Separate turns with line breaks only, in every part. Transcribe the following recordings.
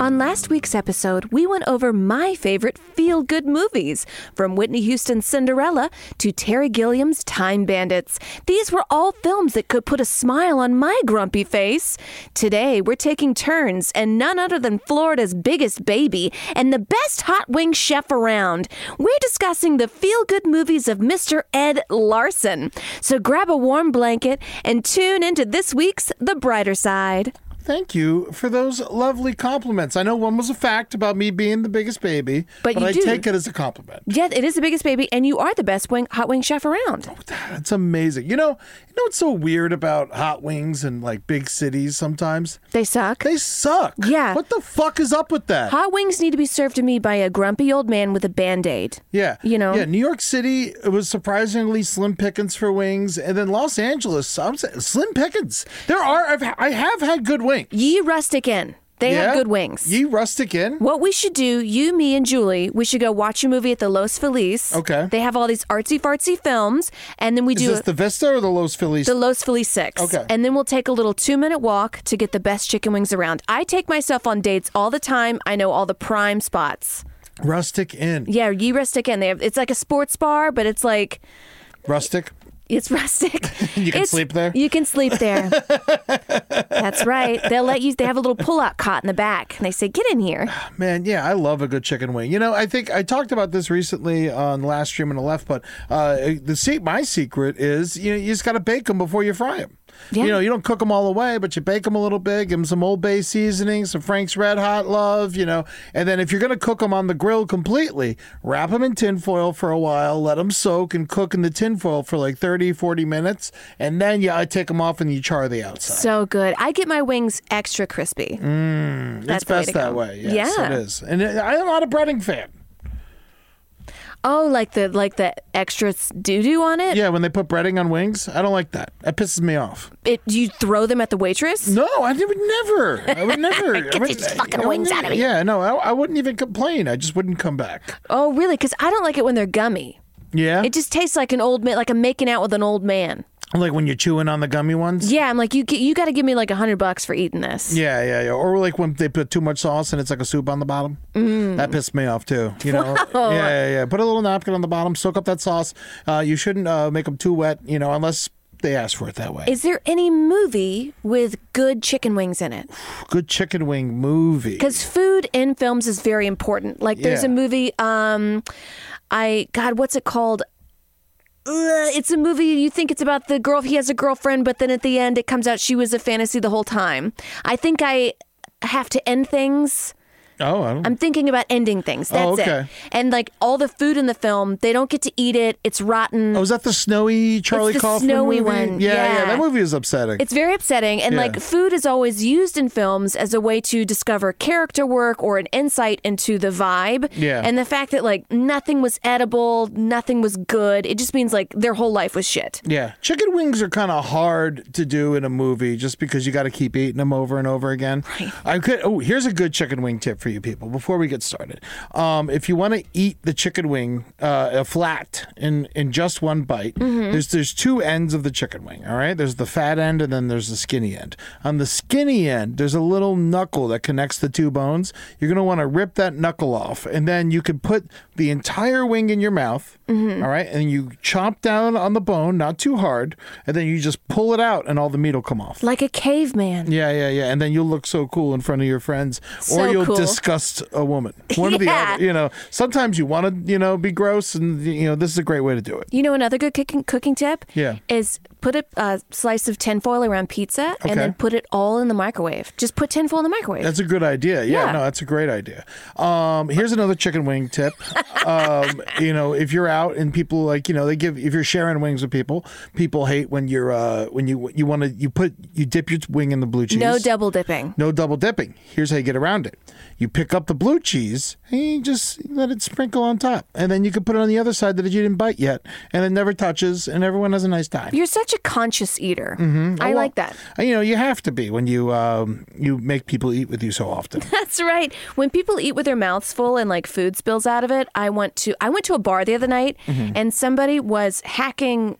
On last week's episode, we went over my favorite feel good movies, from Whitney Houston's Cinderella to Terry Gilliam's Time Bandits. These were all films that could put a smile on my grumpy face. Today, we're taking turns, and none other than Florida's biggest baby and the best hot wing chef around. We're discussing the feel good movies of Mr. Ed Larson. So grab a warm blanket and tune into this week's The Brighter Side.
Thank you for those lovely compliments. I know one was a fact about me being the biggest baby,
But
but,
you
I
do.
take it as a compliment.
Yeah, it is the biggest baby, and you are the best wing, hot wing chef around.
That's amazing. You know, you know what's so weird about hot wings and like big cities sometimes?
They suck.
They suck.
Yeah.
What the fuck is up with that?
hot wings need to be served to me by a grumpy old man with a band aid.
yeah.
you know.
Yeah, New York City it was surprisingly slim pickings for wings, and then Los Angeles, I'm saying, slim pickings. There are I've, I have had good wings.
Ye Rustic Inn. They have good wings.
Ye rustic in.
what we should do, you, me, and Julie, we should go watch a movie at the Los Feliz.
Okay.
They have all these artsy fartsy films, and then we
Is
do
this the Vista or the Los Feliz?
the Los Feliz Six.
Okay.
And then we'll take a little two minute walk to get the best chicken wings around. I take myself on dates all the time. I know all the prime spots.
rustic Inn.
Yeah, Ye Rustic Inn. They have, it's like a sports bar, but it's like
Rustic.
It's rustic.
You can
It's-
sleep there?
You can sleep there. That's right. They'll let you. They have a little pull-out cot in the back, and they say, "Get in here."
Man, yeah, I love a good chicken wing. You know, I think I talked about this recently on last stream and the left, but uh, the se- my secret is you know you just got to bake them before you fry them.
Yeah.
You know, you don't cook them all away, but you bake them a little bit, give them some Old Bay seasoning, some Frank's Red Hot Love, you know, and then if you're going to cook them on the grill completely, wrap them in tinfoil for a while, let them soak and cook in the tinfoil for like 30, 40 minutes, and then you I take them off and you char the outside.
So good. I get my wings extra crispy. That's
Mm, It's
the way
best
to
that
go.
way. Yes,
yeah.
it is. And uh, I'm not a breading fan.
Oh, like the like the extra doo doo on it.
Yeah, when they put breading on wings, I don't like that. That pisses me off.
It you throw them at the waitress.
No, I would never. I would never. I
Get
would-
these fucking
I would
wings
never-
out of me.
Yeah, no, I, I wouldn't even complain. I just wouldn't come back.
Oh, really? Because I don't like it when they're gummy.
Yeah,
It just tastes like an old man, like I'm making out with an old man.
like when you're chewing on the gummy ones.
Yeah, I'm like you. get- You got to give me like a hundred bucks for eating this.
Yeah, yeah, yeah. Or like when they put too much sauce and it's like a soup on the bottom.
Mm.
That pissed me off too. You know. Yeah, yeah, yeah. Put a little napkin on the bottom. Soak up that sauce. Uh, you shouldn't uh, make them too wet. You know, unless they ask for it that way.
Is there any movie with good chicken wings in it?
Good chicken wing movie.
Because food in films is very important. Like there's a
Yeah.
movie, um, I God, what's it called? Ugh, it's a movie you think it's about the girl. He has a girlfriend, but then at the end it comes out she was a fantasy the whole time. I think I have to end things.
Oh, I don't.
I'm thinking about ending things. That's
Oh,
it.
okay.
And like all the food in the film, they don't get to eat it. It's rotten.
Oh, is that the snowy Charlie
the
Kaufman
snowy
movie?
one,
Yeah, yeah,
yeah.
that movie is upsetting.
It's very upsetting. And
Yeah.
like food is always used in films as a way to discover character work or an insight into the vibe.
Yeah.
And the fact that like nothing was edible, nothing was good, it just means like their whole life was shit.
yeah, chicken wings are kind of hard to do in a movie just because you got to keep eating them over and over again. I could. Oh, here's a good chicken wing tip for for you people before we get started. Um, if you want to eat the chicken wing uh, flat in in just one bite,
Mm-hmm.
there's there's two ends of the chicken wing. All right, there's the fat end and then there's the skinny end. On the skinny end, there's a little knuckle that connects the two bones. You're gonna want to rip that knuckle off, and then you can put the entire wing in your mouth.
Mm-hmm.
all right, and you chop down on the bone, not too hard, and then you just pull it out, and all the meat will come off.
Like a caveman.
Yeah, yeah, yeah. And then you'll look so cool in front of your friends,
So
or you'll
cool.
disgust a woman. One or the
Yeah.
other. You know, sometimes you want to, you know, be gross, and you know, this is a great way to do it.
You know another good cooking, cooking tip?
Yeah.
Is put a uh, slice of tinfoil around pizza
Okay.
and then put it all in the microwave. Just put tinfoil in the microwave.
That's a good idea. Yeah,
Yeah.
no, that's a great idea. Um, here's another chicken wing tip. um, you know, if you're out and people like, you know, they give if you're sharing wings with people, people hate when you're uh, when you you want to you put you dip your wing in the blue cheese.
no double dipping.
No double dipping. Here's how you get around it. You pick up the blue cheese and you just let it sprinkle on top. And then you can put it on the other side that you didn't bite yet. And it never touches and everyone has a nice time.
You're such a conscious eater.
Mm-hmm. Oh,
I like that.
And, You know, you have to be when you um, you make people eat with you so often.
That's right. When people eat with their mouths full and like food spills out of it, I went to I went to a bar the other night
Mm-hmm.
and somebody was hacking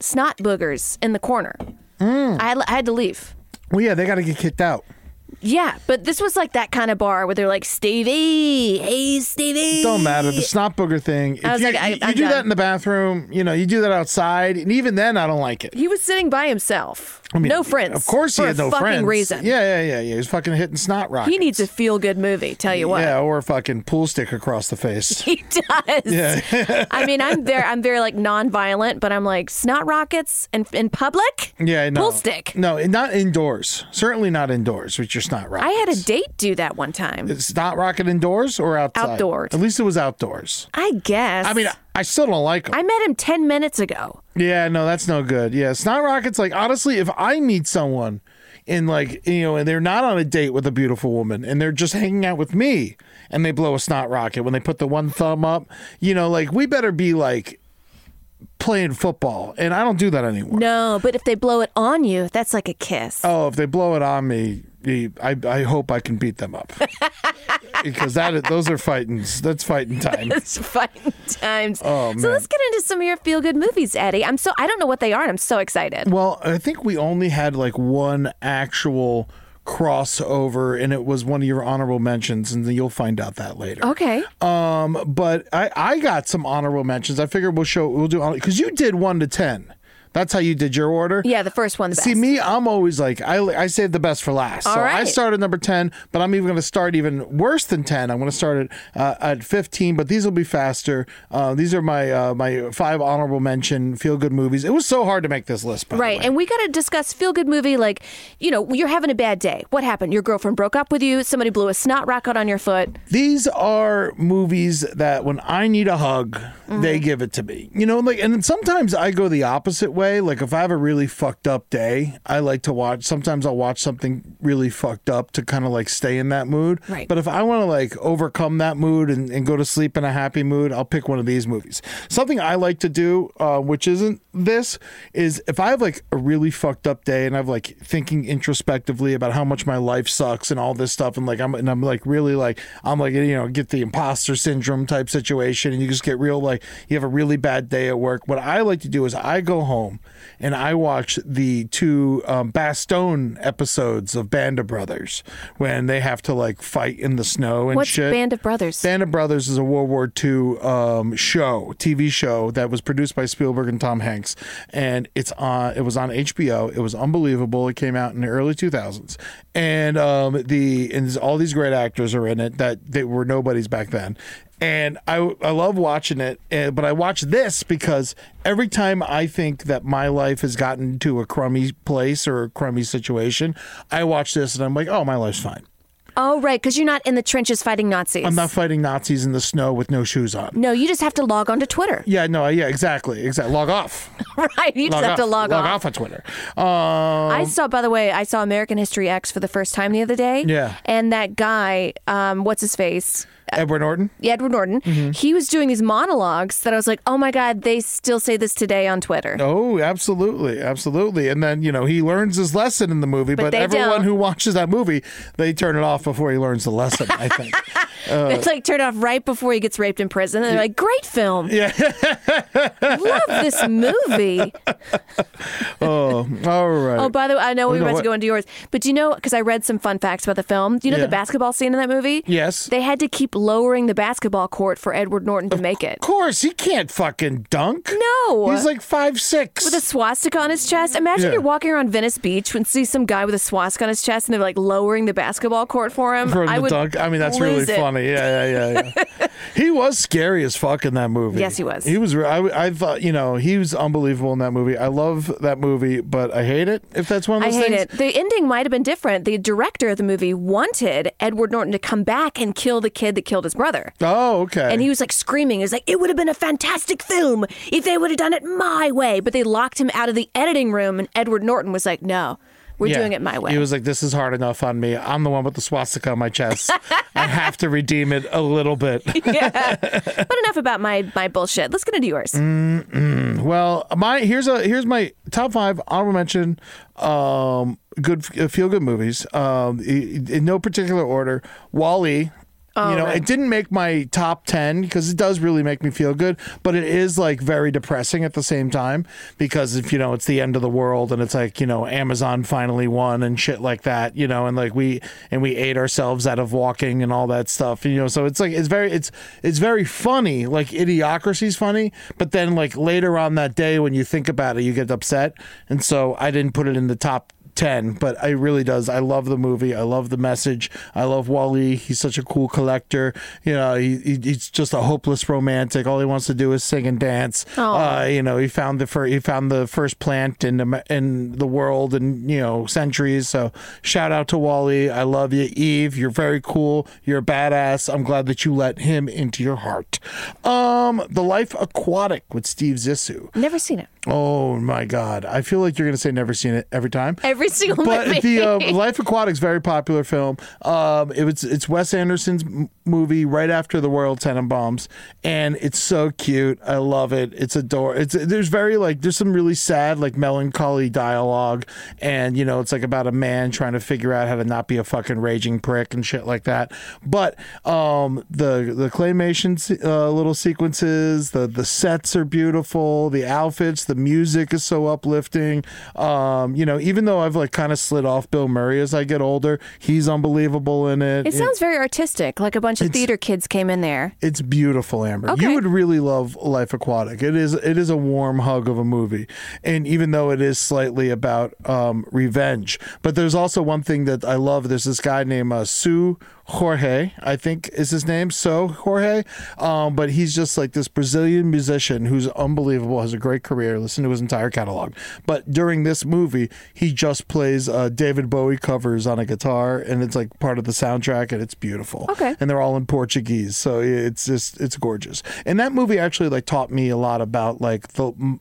snot boogers in the corner.
Mm.
I, I had to leave.
well, yeah, they got to get kicked out.
Yeah, but this was like that kind of bar where they're like Stevie, hey Stevie.
Don't matter. The snot booger thing. If
I was
you,
like, I-
you,
I'm
you do
done.
that in the bathroom, you know, you do that outside. And even then, I don't like it.
He was sitting by himself.
I mean,
no friends.
Of course, he
for
had
a
no
fucking
friends.
reason.
Yeah, yeah, yeah, yeah. He's fucking hitting snot rockets.
He needs a feel good movie, tell you what.
Yeah, or a fucking pool stick across the face.
He does. I mean, I'm there. I'm very like nonviolent, but I'm like snot rockets and in public.
Yeah, no.
Pool stick.
No, and not indoors. Certainly not indoors, which is not rocket.
I had a date do that one time.
It's not rocket indoors or outside.
Outdoors.
At least it was outdoors.
I guess.
I mean, I still don't like them.
I met him ten minutes ago.
yeah, no, that's no good. Yeah, snot rockets. Like honestly, if I meet someone and like you know, and they're not on a date with a beautiful woman, and they're just hanging out with me, and they blow a snot rocket when they put the one thumb up, you know, like we better be like playing football, and I don't do that anymore.
No, but if they blow it on you, that's like a kiss.
Oh, if they blow it on me, eh, I, I hope I can beat them up because that is- those are fightings. That's fighting time.
It's fun times. so let's get into some of your feel good movies, Eddie. I'm so I don't know what they are. and I'm so excited.
Well, I think we only had like one actual crossover, and it was one of your honorable mentions, and then you'll find out that later.
Okay.
Um, but I I got some honorable mentions. I figured we'll show we'll do because you did one to ten. That's how you did your order.
Yeah, the first one. The
See
best.
me, I'm always like I I save the best for last. so I
right.
started number ten, but I'm even going to start even worse than ten. I'm going to start at uh, at fifteen, but these will be faster. Uh, these are my uh, my five honorable mention feel good movies. It was so hard to make this list, by the
Right,
way.
and we got to discuss feel good movie like, you know, you're having a bad day. What happened? Your girlfriend broke up with you. Somebody blew a snot rocket on your foot.
These are movies that when I need a hug, they give it to me. You know, like, and sometimes I go the opposite way. Like, if I have a really fucked up day, I like to watch, sometimes I'll watch something really fucked up to kind of like stay in that mood.
Right.
But if I want to like overcome that mood and, and go to sleep in a happy mood, I'll pick one of these movies. Something I like to do, uh, which isn't this, is if I have like a really fucked up day and I've like thinking introspectively about how much my life sucks and all this stuff, and like I'm and I'm like really like I'm like you know get the imposter syndrome type situation, and you just get real like you have a really bad day at work. What I like to do is I go home and I watch the two um, Bastone episodes of Band of Brothers when they have to like fight in the snow and
What's
shit.
Band of Brothers?
Band of Brothers is a World War II um, show, TV show that was produced by Spielberg and Tom Hanks, and it's on. It was on HBO. It was unbelievable. It came out in the early two thousands, and um, the and there's all these great actors are in it that they were nobodies back then. And I, I love watching it, and, but I watch this because every time I think that my life has gotten to a crummy place or a crummy situation, I watch this and I'm like, oh, my life's fine.
oh, right, because you're not in the trenches fighting Nazis.
I'm not fighting Nazis in the snow with no shoes on.
No, you just have to log on to Twitter.
Yeah, no, yeah, exactly, exactly. Log off.
right, you just
Log
have
off.
to log,
log
on.
off on Twitter. Um,
I saw, by the way, I saw American History X for the first time the other day.
Yeah.
And that guy, um, what's his face?
Edward Norton.
Edward Norton.
Mm-hmm.
He was doing these monologues that I was like, oh my God, they still say this today on Twitter.
Oh, absolutely, absolutely. And then you know he learns his lesson in the movie, but,
they
everyone
don't.
who watches that movie, they turn it off before he learns the lesson, I think. Uh.
it's like turned off right before he gets raped in prison. And they're like, great film. Yeah. Love this movie.
oh, all right.
Oh, by the way, I know we
no,
were about
what-
to go into yours, but do you know, because I read some fun facts about the film. Do you know
Yeah.
the basketball scene in that movie?
Yes.
They had to keep lowering the basketball court for Edward Norton to make it.
Of course, he can't fucking dunk.
No.
He's like five six.
with a swastika on his chest. Imagine
Yeah.
you're walking around Venice Beach and see some guy with a swastika on his chest and they're like lowering the basketball court for him.
for him
I
to
would
dunk. I mean, that's really
lose it.
funny. Yeah, yeah, yeah. yeah. he was scary as fuck in that movie.
Yes, he was.
He was. re- I, I thought, you know, he was unbelievable in that movie. I love that movie, but I hate it. If that's one of
I
those
hate
things.
it. The ending might have been different. The director of the movie wanted Edward Norton to come back and kill the kid that killed his brother.
Oh, okay.
And he was like screaming. He was like, it would have been a fantastic film if they would have done it my way. But they locked him out of the editing room, and Edward Norton was like, no, we're
Yeah.
doing it my way.
He was like, "This is hard enough on me. I'm the one with the swastika on my chest. I have to redeem it a little bit."
yeah. But enough about my, my bullshit. Let's get into yours.
Mm. Well, my here's a here's my top five honorable mention. Um, good feel good movies. Um, i- in no particular order. Wally. you know, it didn't make my top 10 because it does really make me feel good, but it is like very depressing at the same time because if you know, it's the end of the world and it's like, you know, Amazon finally won and shit like that, you know, and like we and we ate ourselves out of walking and all that stuff, you know. So it's like it's very it's it's very funny, like idiocracy's funny, but then like later on that day when you think about it, you get upset. And so I didn't put it in the top 10, but it really does. I love the movie. I love the message. I love Wally. He's such a cool collector. You know, he, he- he's just a hopeless romantic. All he wants to do is sing and dance. Uh, you know, he found the first, he found the first plant in the, in the world in, you know, centuries. So shout out to Wally. I love you, Eve. You're very cool. You're a badass. I'm glad that you let him into your heart. Um, The Life Aquatic with Steve Zissou.
Never seen it.
Oh my God. I feel like you're going to say never seen it every time
Every single movie.
but the uh, Life Aquatic's very popular film. Um, it was it's Wes Anderson's m- movie right after The Royal Tenenbaums, and it's so cute. I love it. It's adorable. It's there's very like there's some really sad like melancholy dialogue, and you know it's like about a man trying to figure out how to not be a fucking raging prick and shit like that. But um, the the claymation se- uh, little sequences, the the sets are beautiful, the outfits, the music is so uplifting. Um, you know, even though I've like kind of slid off Bill Murray as I get older, he's unbelievable in it.
It sounds very artistic, like a bunch of theater kids came in there.
It's beautiful, Amber.
Okay.
You would really love Life Aquatic. It is it is a warm hug of a movie, and even though it is slightly about um, revenge, but there's also one thing that I love. There's this guy named uh, Sue Jorge, I think is his name. So Jorge, um, but he's just like this Brazilian musician who's unbelievable. Has a great career. Listen to his entire catalog. But during this movie, he just plays uh, David Bowie covers on a guitar, and it's like part of the soundtrack, and it's beautiful
Okay.
and they're all in Portuguese. So it's just it's gorgeous. And that movie actually like taught me a lot about like the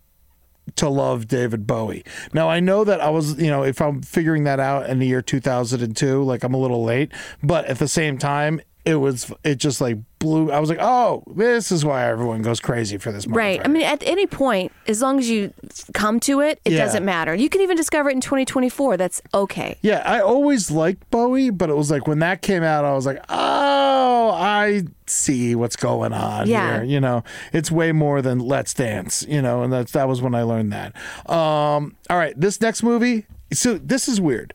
to love David Bowie. Now I know that I was, you know, if I'm figuring that out in the year 2002, like I'm a little late, but at the same time it was it just like blew I was like, "Oh, this is why everyone goes crazy for this movie."
Right. I mean, at any point, as long as you come to it, it
Yeah.
doesn't matter. You can even discover it in 2024. That's okay.
Yeah, I always liked Bowie, but it was like when that came out, I was like, oh, I see what's going on
Yeah.
here. You know, it's way more than Let's Dance, you know, and that's, that was when I learned that. Um, all right, this next movie. So this is weird.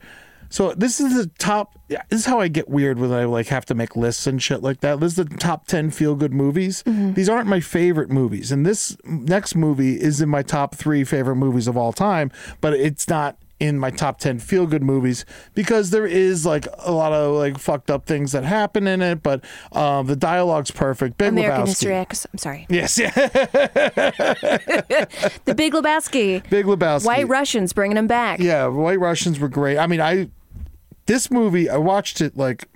So this is the top. yeah, This is how I get weird when I like have to make lists and shit like that. This is the top ten feel good movies.
Mm-hmm.
These aren't my favorite movies, and this next movie is in my top three favorite movies of all time. But it's not in my top 10 feel good movies because there is like a lot of like fucked up things that happen in it but um the dialogue's perfect big
American
lebowski
History X. I'm sorry.
yes yeah
The Big Lebowski.
big lebowski
White Russians bringing him back.
yeah white russians were great i mean i this movie i watched it like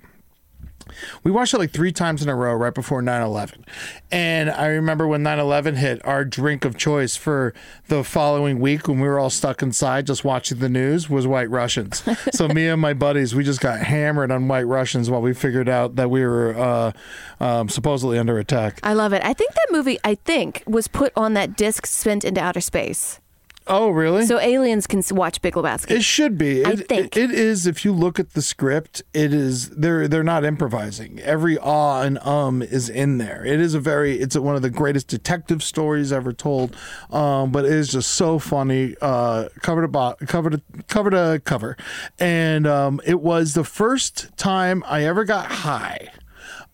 we watched it like three times in a row right before 9-11 and i remember when 9-11 hit our drink of choice for the following week when we were all stuck inside just watching the news was white russians so me and my buddies we just got hammered on white russians while we figured out that we were uh, um, supposedly under attack
I love it. I think that movie, I think, was put on that disc sent into outer space.
Oh, really?
So aliens can s- watch Big Lebowski.
It should be. It,
I think.
it is. If you look at the script, it is. They're they're not improvising. Every ah and um is in there. It is a very. It's one of the greatest detective stories ever told. Um, but it is just so funny. Uh, cover to bo- cover to cover to cover, and um, it was the first time I ever got high.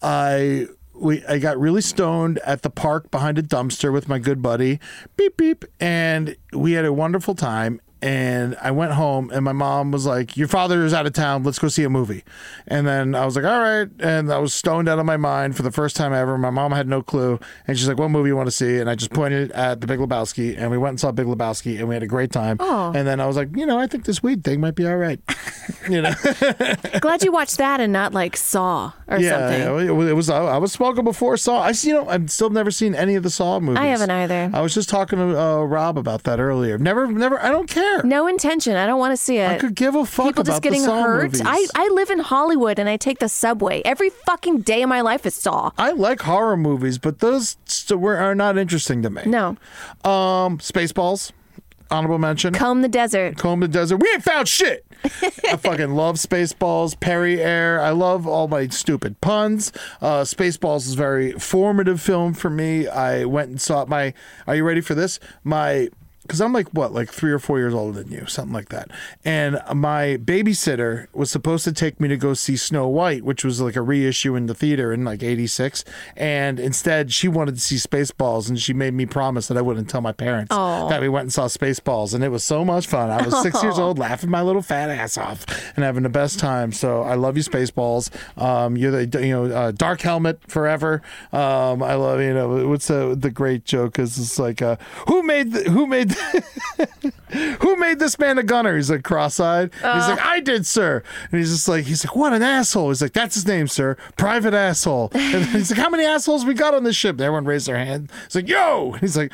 I we I got really stoned at the park behind a dumpster with my good buddy. Beep beep, and we had a wonderful time. And I went home, and my mom was like, "Your father is out of town. Let's go see a movie." And then I was like, "All right." And I was stoned out of my mind for the first time ever. My mom had no clue, and she's like, "What movie you want to see?" And I just pointed at The Big Lebowski, and we went and saw Big Lebowski, and we had a great time. And then I was like, "You know, I think this weed thing might be all right." you know.
Glad you watched that and not like Saw or something.
Yeah, it was. It was I, I was smoking before Saw. I see. You know, I've still never seen any of the Saw movies.
I haven't either.
I was just talking to uh, Rob about that earlier. Never, never. I don't care.
No intention. I don't want to see it.
I could give a fuck
People
about
just getting
the Saw
hurt.
movies.
I, I live in Hollywood and I take the subway. Every fucking day of my life is Saw.
I like horror movies, but those st- were, are not interesting to me.
No.
Um, Spaceballs, honorable mention.
Comb the desert.
Comb the desert. We ain't found shit. I fucking love Spaceballs, Perry Air. I love all my stupid puns. Uh, Spaceballs is a very formative film for me. I went and saw it. My, are you ready for this? My, because I'm like what, like three or four years older than you, something like that. And my babysitter was supposed to take me to go see Snow White, which was like a reissue in the theater in like '86. And instead, she wanted to see Spaceballs, and she made me promise that I wouldn't tell my parents that we went and saw Spaceballs, and it was so much fun. I was six years old, laughing my little fat ass off and having the best time. So I love you, Spaceballs. Um, you're the you know uh, Dark Helmet forever. Um, I love you know what's the the great joke is it's like uh, who made the, who made who made this man a gunner? He's like cross-eyed. he's like, I did, sir. And he's just like, he's like, what an asshole. He's like, that's his name, sir. Private asshole. And he's like, how many assholes we got on this ship? And everyone raised their hand. He's like, yo. He's like,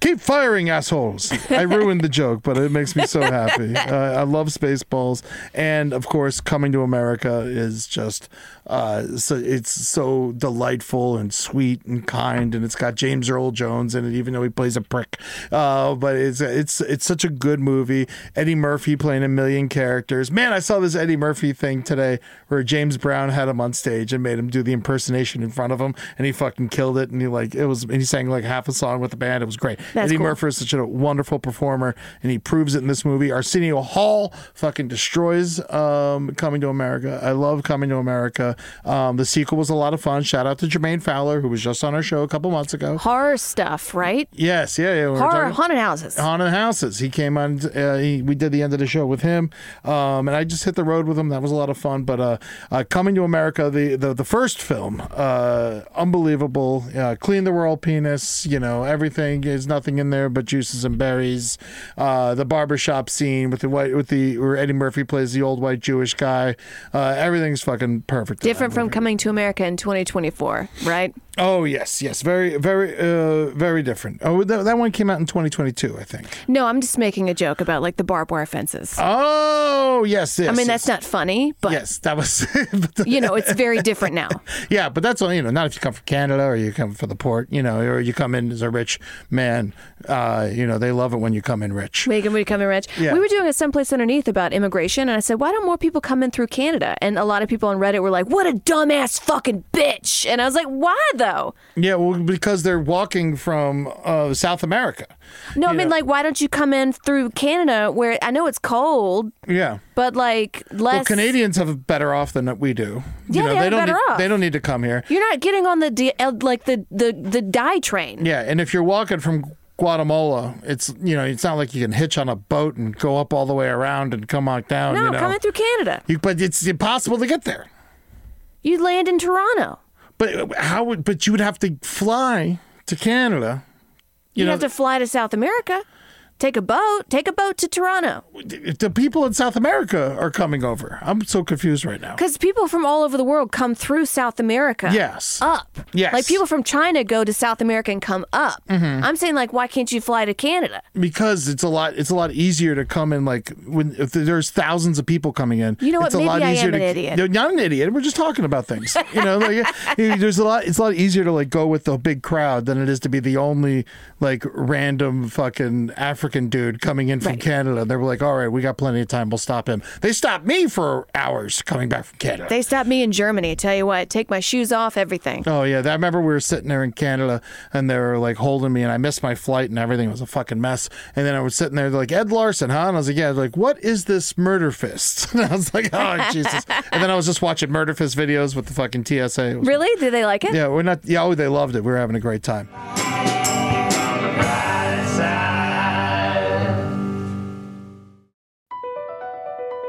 keep firing, assholes. I ruined the joke, but it makes me so happy. Uh, I love Spaceballs, and of course, Coming to America is just uh, so it's so delightful and sweet and kind, and it's got James Earl Jones in it, even though he plays a prick. Uh, but it's it's it's such a good movie. Eddie Murphy playing a million characters. Man, I saw this Eddie Murphy thing today where James Brown had him on stage and made him do the impersonation in front of him, and he fucking killed it. And he like it was, and he sang like half a song with the band. It was great.
That's
Eddie
cool.
Murphy is such a wonderful performer, and he proves it in this movie. Arsenio Hall fucking destroys um, Coming to America. I love Coming to America. Um, the sequel was a lot of fun. Shout out to Jermaine Fowler, who was just on our show a couple months ago.
Horror stuff, right?
Yes, yeah, yeah. we were
Horror
talking-
haunted houses.
Haunted Houses. He came on. Uh, he, we did the end of the show with him, um, and I just hit the road with him. That was a lot of fun. But uh, uh, coming to America, the the, the first film, uh, unbelievable. Uh, Clean the world penis. You know everything is nothing in there but juices and berries. Uh, the barbershop scene with the white with the where Eddie Murphy plays the old white Jewish guy. Uh, everything's fucking perfect. in that
Different from Coming to America in 2024, right?
Oh yes, yes, very, very, uh, very different. Oh, that, that one came out in 2022, I think.
No, I'm just making a joke about like the barbed wire fences.
Oh yes, yes.
I mean,
yes.
that's not funny, but
Yes, that was. but the-
you know, it's very different now.
yeah, but that's only you know not if you come from Canada or you come from the port, you know, or you come in as a rich man. Uh, you know, they love it when you come in rich.
Megan would come in rich.
Yeah.
We were doing a someplace underneath about immigration, and I said, "Why don't more people come in through Canada?" And a lot of people on Reddit were like, "What a dumbass fucking bitch!" And I was like, "Why though?"
Yeah, well, because they're walking from uh, South America.
No, I mean, like, why don't you come in through Canada where I know it's cold,
Yeah.
but like less.
Well, Canadians have better off than we do.
Yeah, they are
don't
better
need,
off.
They don't need to come here.
You're not getting on the D- uh, like the the the die train.
Yeah, and if you're walking from Guatemala, it's you know it's not like you can hitch on a boat and go up all the way around and come on down.
no,
you know,
coming through Canada.
You- but it's impossible to get there.
You land in Toronto.
But how would? But you would have to fly to Canada.
You
know,
have to fly to South America. Take a boat. Take a boat to Toronto
the, the people in South America are coming over. I'm so confused right now.
because people from all over the world come through South America.
Yes.
Up. Uh,
Yes. Mm-hmm.
Like people from China go to South America and come up. I'm saying like, why can't you fly to Canada?
because it's a lot. It's a lot easier to come in like when if there's thousands of people coming in.
You know what?
It's a
Maybe
lot
I
easier
am an
to,
idiot.
You're not an idiot. We're just talking about things. You know, like you know, there's a lot. It's a lot easier to like go with the big crowd than it is to be the only like random fucking African dude coming in from
Right.
Canada. They were like, all right, we got plenty of time. We'll stop him. They stopped me for hours coming back from Canada.
They stopped me in Germany. Tell you what, take my shoes off, everything.
Oh yeah, I remember we were sitting there in Canada, and they were like holding me, and I missed my flight, and everything was a fucking mess. And then I was sitting there, they're like Ed Larson, huh? And I was like, yeah. They're like, what is this murder fist? And I was like, oh Jesus. And then I was just watching murder fist videos with the fucking TSA. It was-
Really? Did they like it?
Yeah, we're not. Yeah, oh, they loved it. We were having a great time.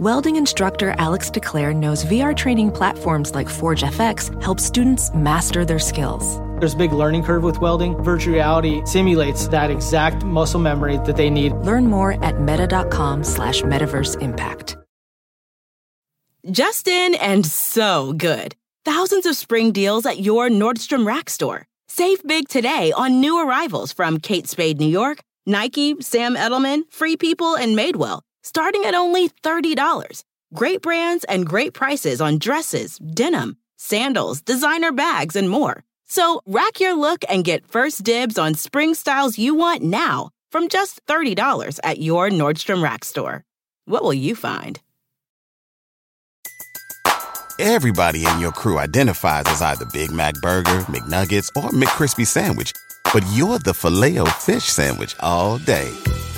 Welding instructor Alex DeClaire knows VR training platforms like Forge FX help students master their skills.
There's a big learning curve with welding. Virtual reality simulates that exact muscle memory that they need.
Learn more at meta.com slash metaverse impact.
Justin and so good. Thousands of spring deals at your Nordstrom Rack store. Save big today on new arrivals from Kate Spade New York, Nike, Sam Edelman, Free People, and Madewell, starting at only $30. Great brands and great prices on dresses, denim, sandals, designer bags, and more. So rack your look and get first dibs on spring styles you want now from just $30 at your Nordstrom Rack store. What will you find?
Everybody in your crew identifies as either Big Mac Burger, McNuggets, or McCrispy Sandwich. But you're the filet fish Sandwich all day.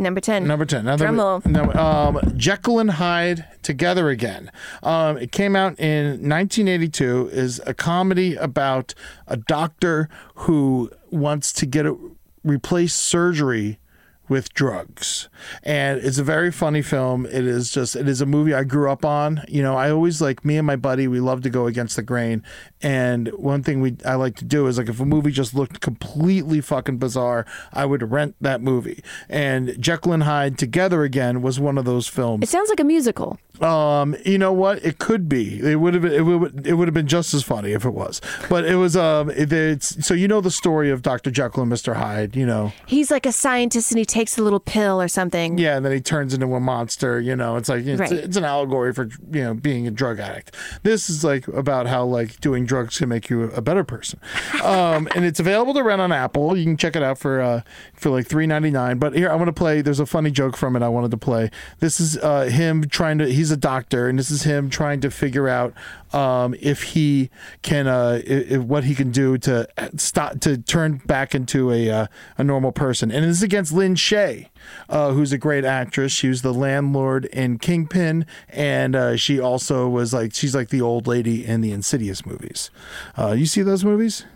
Number 10.
Number ten. Now that
Drum
we-
roll.
No, um, Jekyll and Hyde together again. Um, it came out in 1982. Is a comedy about a doctor who wants to get a, replace surgery with drugs, and it's a very funny film. It is just it is a movie I grew up on. You know, I always like me and my buddy. We love to go against the grain, and one thing we I like to do is like if a movie just looked completely fucking bizarre, I would rent that movie. And Jekyll and Hyde together again was one of those films.
It sounds like a musical.
Um, you know what? It could be. It would have been. It would. It would have been just as funny if it was. But it was. Um, it- it's so you know the story of Doctor Jekyll and Mister Hyde. You know,
He's like a scientist and he takes a little pill or something.
yeah. And then he turns into a monster. You know, it's like it's,
Right.
it's an allegory for you know being a drug addict. This is like about how like doing drugs can make you a better person. Um, and it's available to rent on Apple. You can check it out for uh for like three ninety nine. But here I want to play. There's a funny joke from it. I wanted to play. This is uh him trying to. He's a doctor, and this is him trying to figure out um if he can uh i i- what he can do to stop to turn back into a uh, a normal person. And this is against Lynn Shay, uh, who's a great actress. She was the landlord in Kingpin, and uh, she also was like she's like the old lady in the Insidious movies. Uh, you see those movies?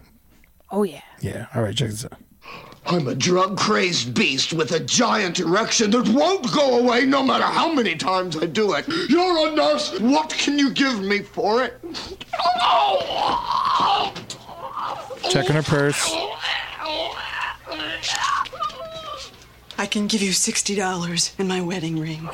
Oh, yeah.
Yeah. All right, check this out.
I'm a drug crazed beast with a giant erection that won't go away no matter how many times I do it. You're a nurse. What can you give me for it? Oh,
Checking her purse.
I can give you $60 in my wedding ring.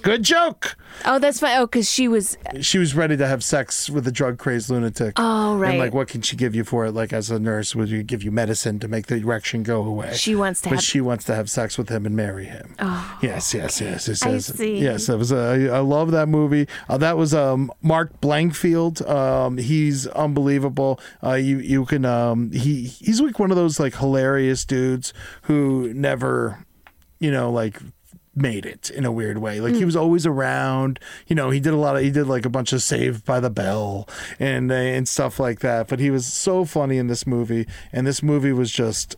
Good joke.
Oh, that's fine. Oh, because she was.
She was ready to have sex with a drug crazed lunatic.
Oh, right.
And like, what can she give you for it? Like, as a nurse, would you give you medicine to make the erection go away?
She wants to
but
have-
she wants to have sex with him and marry him. Oh, yes, yes, yes, yes,
I
yes.
see.
Yes, that was. Uh, I love that movie. Uh, that was um, Mark Blankfield. Um, he's unbelievable. Uh, you you can um, he he's like one of those like hilarious dudes who never you know, like made it in a weird way. Like he was always around. You know, he did a lot of he did like a bunch of Saved by the Bell uh, and and stuff like that. But he was so funny in this movie, and this movie was just.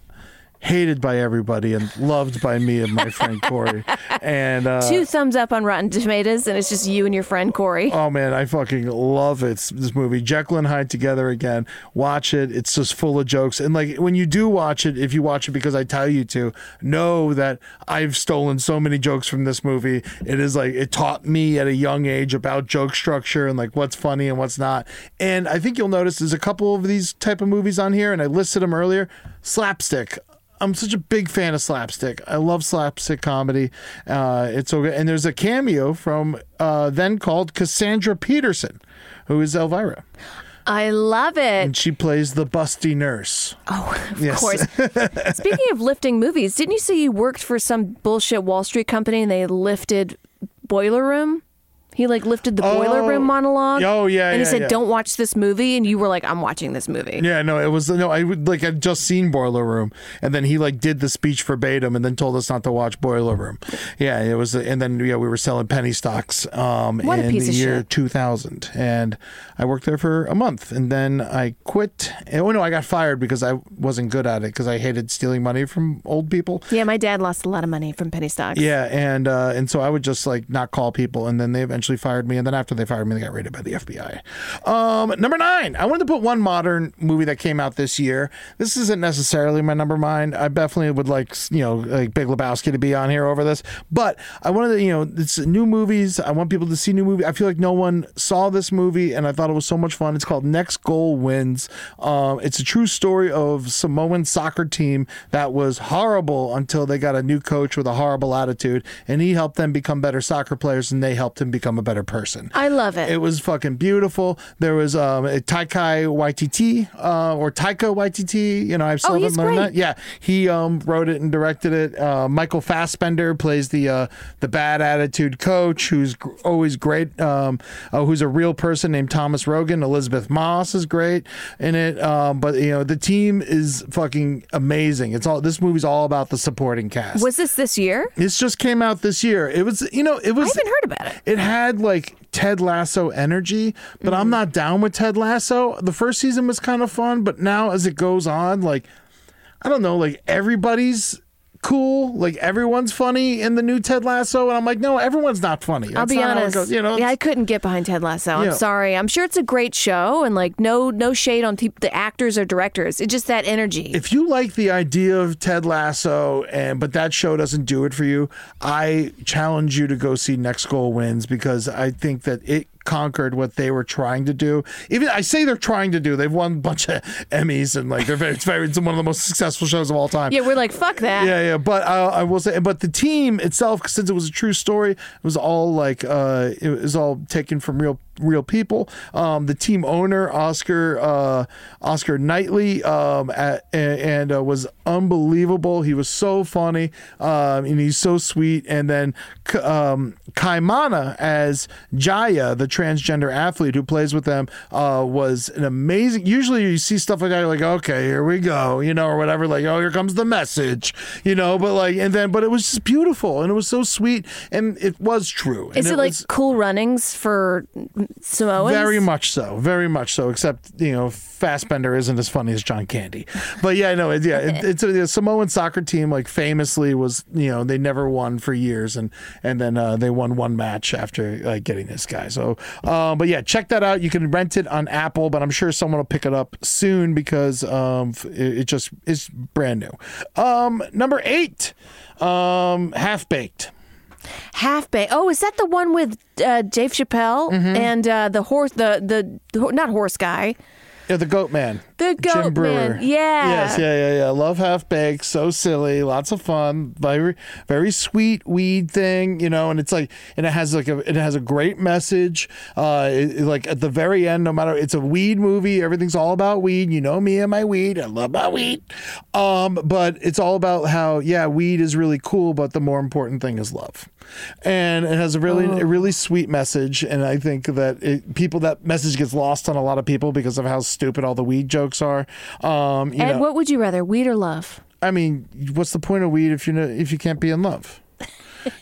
hated by everybody and loved by me and my friend Corey. And uh,
Two thumbs up on Rotten Tomatoes, and it's just you and your friend Corey.
Oh man, I fucking love it. This movie, Jekyll and Hyde together again. Watch it. It's just full of jokes. And like when you do watch it, if you watch it because I tell you to, know that I've stolen so many jokes from this movie. It is like it taught me at a young age about joke structure and like what's funny and what's not. And I think you'll notice there's a couple of these type of movies on here, and I listed them earlier. Slapstick. I'm such a big fan of slapstick. I love slapstick comedy. Uh, it's so good. And there's a cameo from uh, then called Cassandra Peterson, who is Elvira.
I love it.
And she plays the busty nurse.
Oh, of course. Speaking of lifting movies, didn't you say you worked for some bullshit Wall Street company and they lifted Boiler Room? He like lifted the Boiler
Oh.
Room monologue.
Oh, yeah,
And he
yeah,
said,
yeah.
"Don't watch this movie," and you were like, "I'm watching this movie."
Yeah, no, it was no. I would like I'd just seen Boiler Room, and then he like did the speech verbatim, and then told us not to watch Boiler Room. Yeah, it was, and then yeah, we were selling penny stocks. Um,
What a
in
piece
the
of
year
shit.
2000, and I worked there for a month, and then I quit. Oh no, I got fired because I wasn't good at it because I hated stealing money from old people.
Yeah, my dad lost a lot of money from penny stocks.
Yeah, and uh, and so I would just like not call people, and then they eventually fired me, and then after they fired me, they got raided by the FBI. Um, number nine, I wanted to put one modern movie that came out this year. This isn't necessarily my number nine. I definitely would like you know like Big Lebowski to be on here over this, but I wanted to you know it's new movies. I want people to see new movies. I feel like no one saw this movie, and I thought it was so much fun. It's called Next Goal Wins. Um, it's a true story of Samoan soccer team that was horrible until they got a new coach with a horrible attitude, and he helped them become better soccer players, and they helped him become a better person.
I love it.
It was fucking beautiful. There was um, a Taikai Waititi uh, or Taika Waititi. You know, I've still
Oh, he's
haven't learned
great.
that. Yeah, he um, wrote it and directed it. Uh, Michael Fassbender plays the uh, the bad attitude coach, who's gr- always great. Um, uh, who's a real person named Thomas Rogan. Elizabeth Moss is great in it. Um, but you know, the team is fucking amazing. It's all this movie's all about the supporting cast.
Was this this year?
This just came out this year. It was, you know, it was.
haven't heard about it.
It had like Ted Lasso energy, but
Mm.
I'm not down with Ted Lasso. The first season was kind of fun, but now as it goes on, like, I don't know, like everybody's cool, like everyone's funny in the new Ted Lasso, and I'm like, no, everyone's not funny.
I'll
That's
be
not how it
honest.
goes, you know,
yeah, I couldn't get behind Ted Lasso. I'm
Yeah.
sorry. I'm sure it's a great show, and like no no shade on peop the actors or directors. It's just that energy.
if you like the idea of Ted Lasso and but that show doesn't do it for you, I challenge you to go see Next Goal Wins because I think that it conquered what they were trying to do. Even I say they're trying to do. They've won a bunch of Emmys and like they're very, it's very it's one of the most successful shows of all time.
yeah, we're like fuck that.
Yeah, yeah, but I, I will say, but the team itself, since it was a true story, it was all like uh, it was all taken from real real people. Um, the team owner Oscar uh, Oscar Knightley um, at, and, and uh, was unbelievable. He was so funny um, and he's so sweet. And then K- um, Kaimana as Jaya, the transgender athlete who plays with them, uh, was an amazing. Usually you see stuff like that, you're like, okay, here we go, you know, or whatever, like, oh, here comes the message, you know, but like, and then, but it was just beautiful and it was so sweet and it was true. and
Is it, like
was
cool runnings for Samoans?
Very much so, very much so. Except you know, Fassbender isn't as funny as John Candy, but yeah, no, it, yeah, it, it's a the Samoan soccer team. Like famously, was you know they never won for years, and and then uh, they won one match after like getting this guy. So, uh, but yeah, check that out. You can rent it on Apple, but I'm sure someone will pick it up soon because um, f- it, it just is brand new. Um, number eight, um, half baked.
Half Bay. Oh, is that the one with uh, Dave Chappelle
Mm-hmm.
and uh, the horse? The, the the ho- not horse guy.
Yeah, the Goat Man.
The Goat Man,
Jim Brewer.
yeah.
Yes, yeah, yeah, yeah. Love half baked. So silly. Lots of fun. Very, very sweet weed thing, you know. And it's like, and it has like a, it has a great message. Uh, it- it- like at the very end, no matter, it's a weed movie. Everything's all about weed. You know me and my weed. I love my weed. Um, but it's all about how, yeah, weed is really cool, but the more important thing is love. And it has a really, a really sweet message. And I think that it, people, that message gets lost on a lot of people because of how stupid all the weed jokes are. Um, you
Ed,
know,
what would you rather, weed or love?
I mean, what's the point of weed if you know if you can't be in love?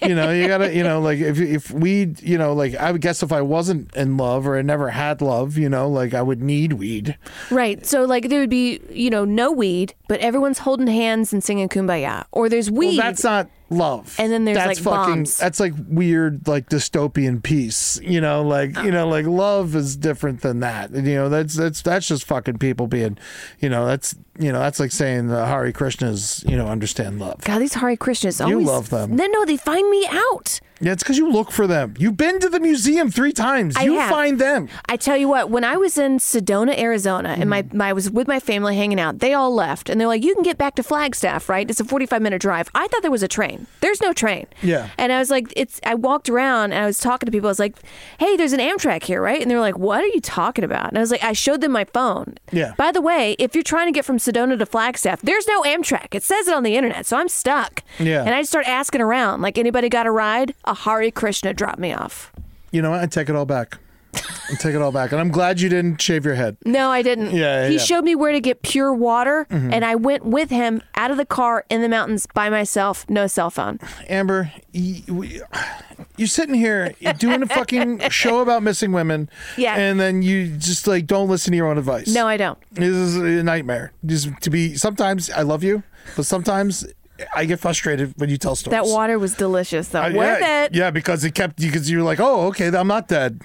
you know, you gotta, you know, like if if weed, you know, like I would guess if I wasn't in love or I never had love, you know, like I would need weed.
Right. So like there would be, you know, no weed, but everyone's holding hands and singing kumbaya. Or there's
Well,
weed.
that's not love.
And then there's,
that's
like,
fucking
bombs.
that's like weird like dystopian peace. You know, like you know, like love is different than that. And, you know, that's that's that's just fucking people being, you know, that's you know, that's like saying the Hari Krishnas, you know, understand love.
God, these Hare Krishnas
You
always
love them.
No, no, they find me out.
Yeah, it's because you look for them. You've been to the museum three times.
I
you
have.
find them.
I tell you what, when I was in Sedona, Arizona, and
Mm.
my, my I was with my family hanging out, they all left, and they're like, "You can get back to Flagstaff, right? It's a forty-five minute drive." I thought there was a train. There's no train.
Yeah.
And I was like, "It's." I walked around and I was talking to people. I was like, "Hey, there's an Amtrak here, right?" And they were like, "What are you talking about?" And I was like, "I showed them my phone."
Yeah.
By the way, if you're trying to get from Sedona to Flagstaff, there's no Amtrak. It says it on the internet, so I'm stuck.
Yeah.
And I start asking around, like, "Anybody got a ride?" A Hare Krishna dropped me off.
You know what? I take it all back. I take it all back. And I'm glad you didn't shave your head.
No, I didn't.
Yeah,
he
yeah. Mm-hmm.
showed me where to get pure water, and I went with him out of the car in the mountains by myself, no cell phone.
Amber, y- we- you're sitting here doing a fucking show about missing women.
Yeah.
And then you just like don't listen to your own advice.
No, I don't.
This is a nightmare. Just to be sometimes I love you, but sometimes I get frustrated when you tell stories.
That water was delicious, though.
Uh,
Worth
yeah,
it.
Yeah, because it kept because you were like, oh, okay, I'm not dead.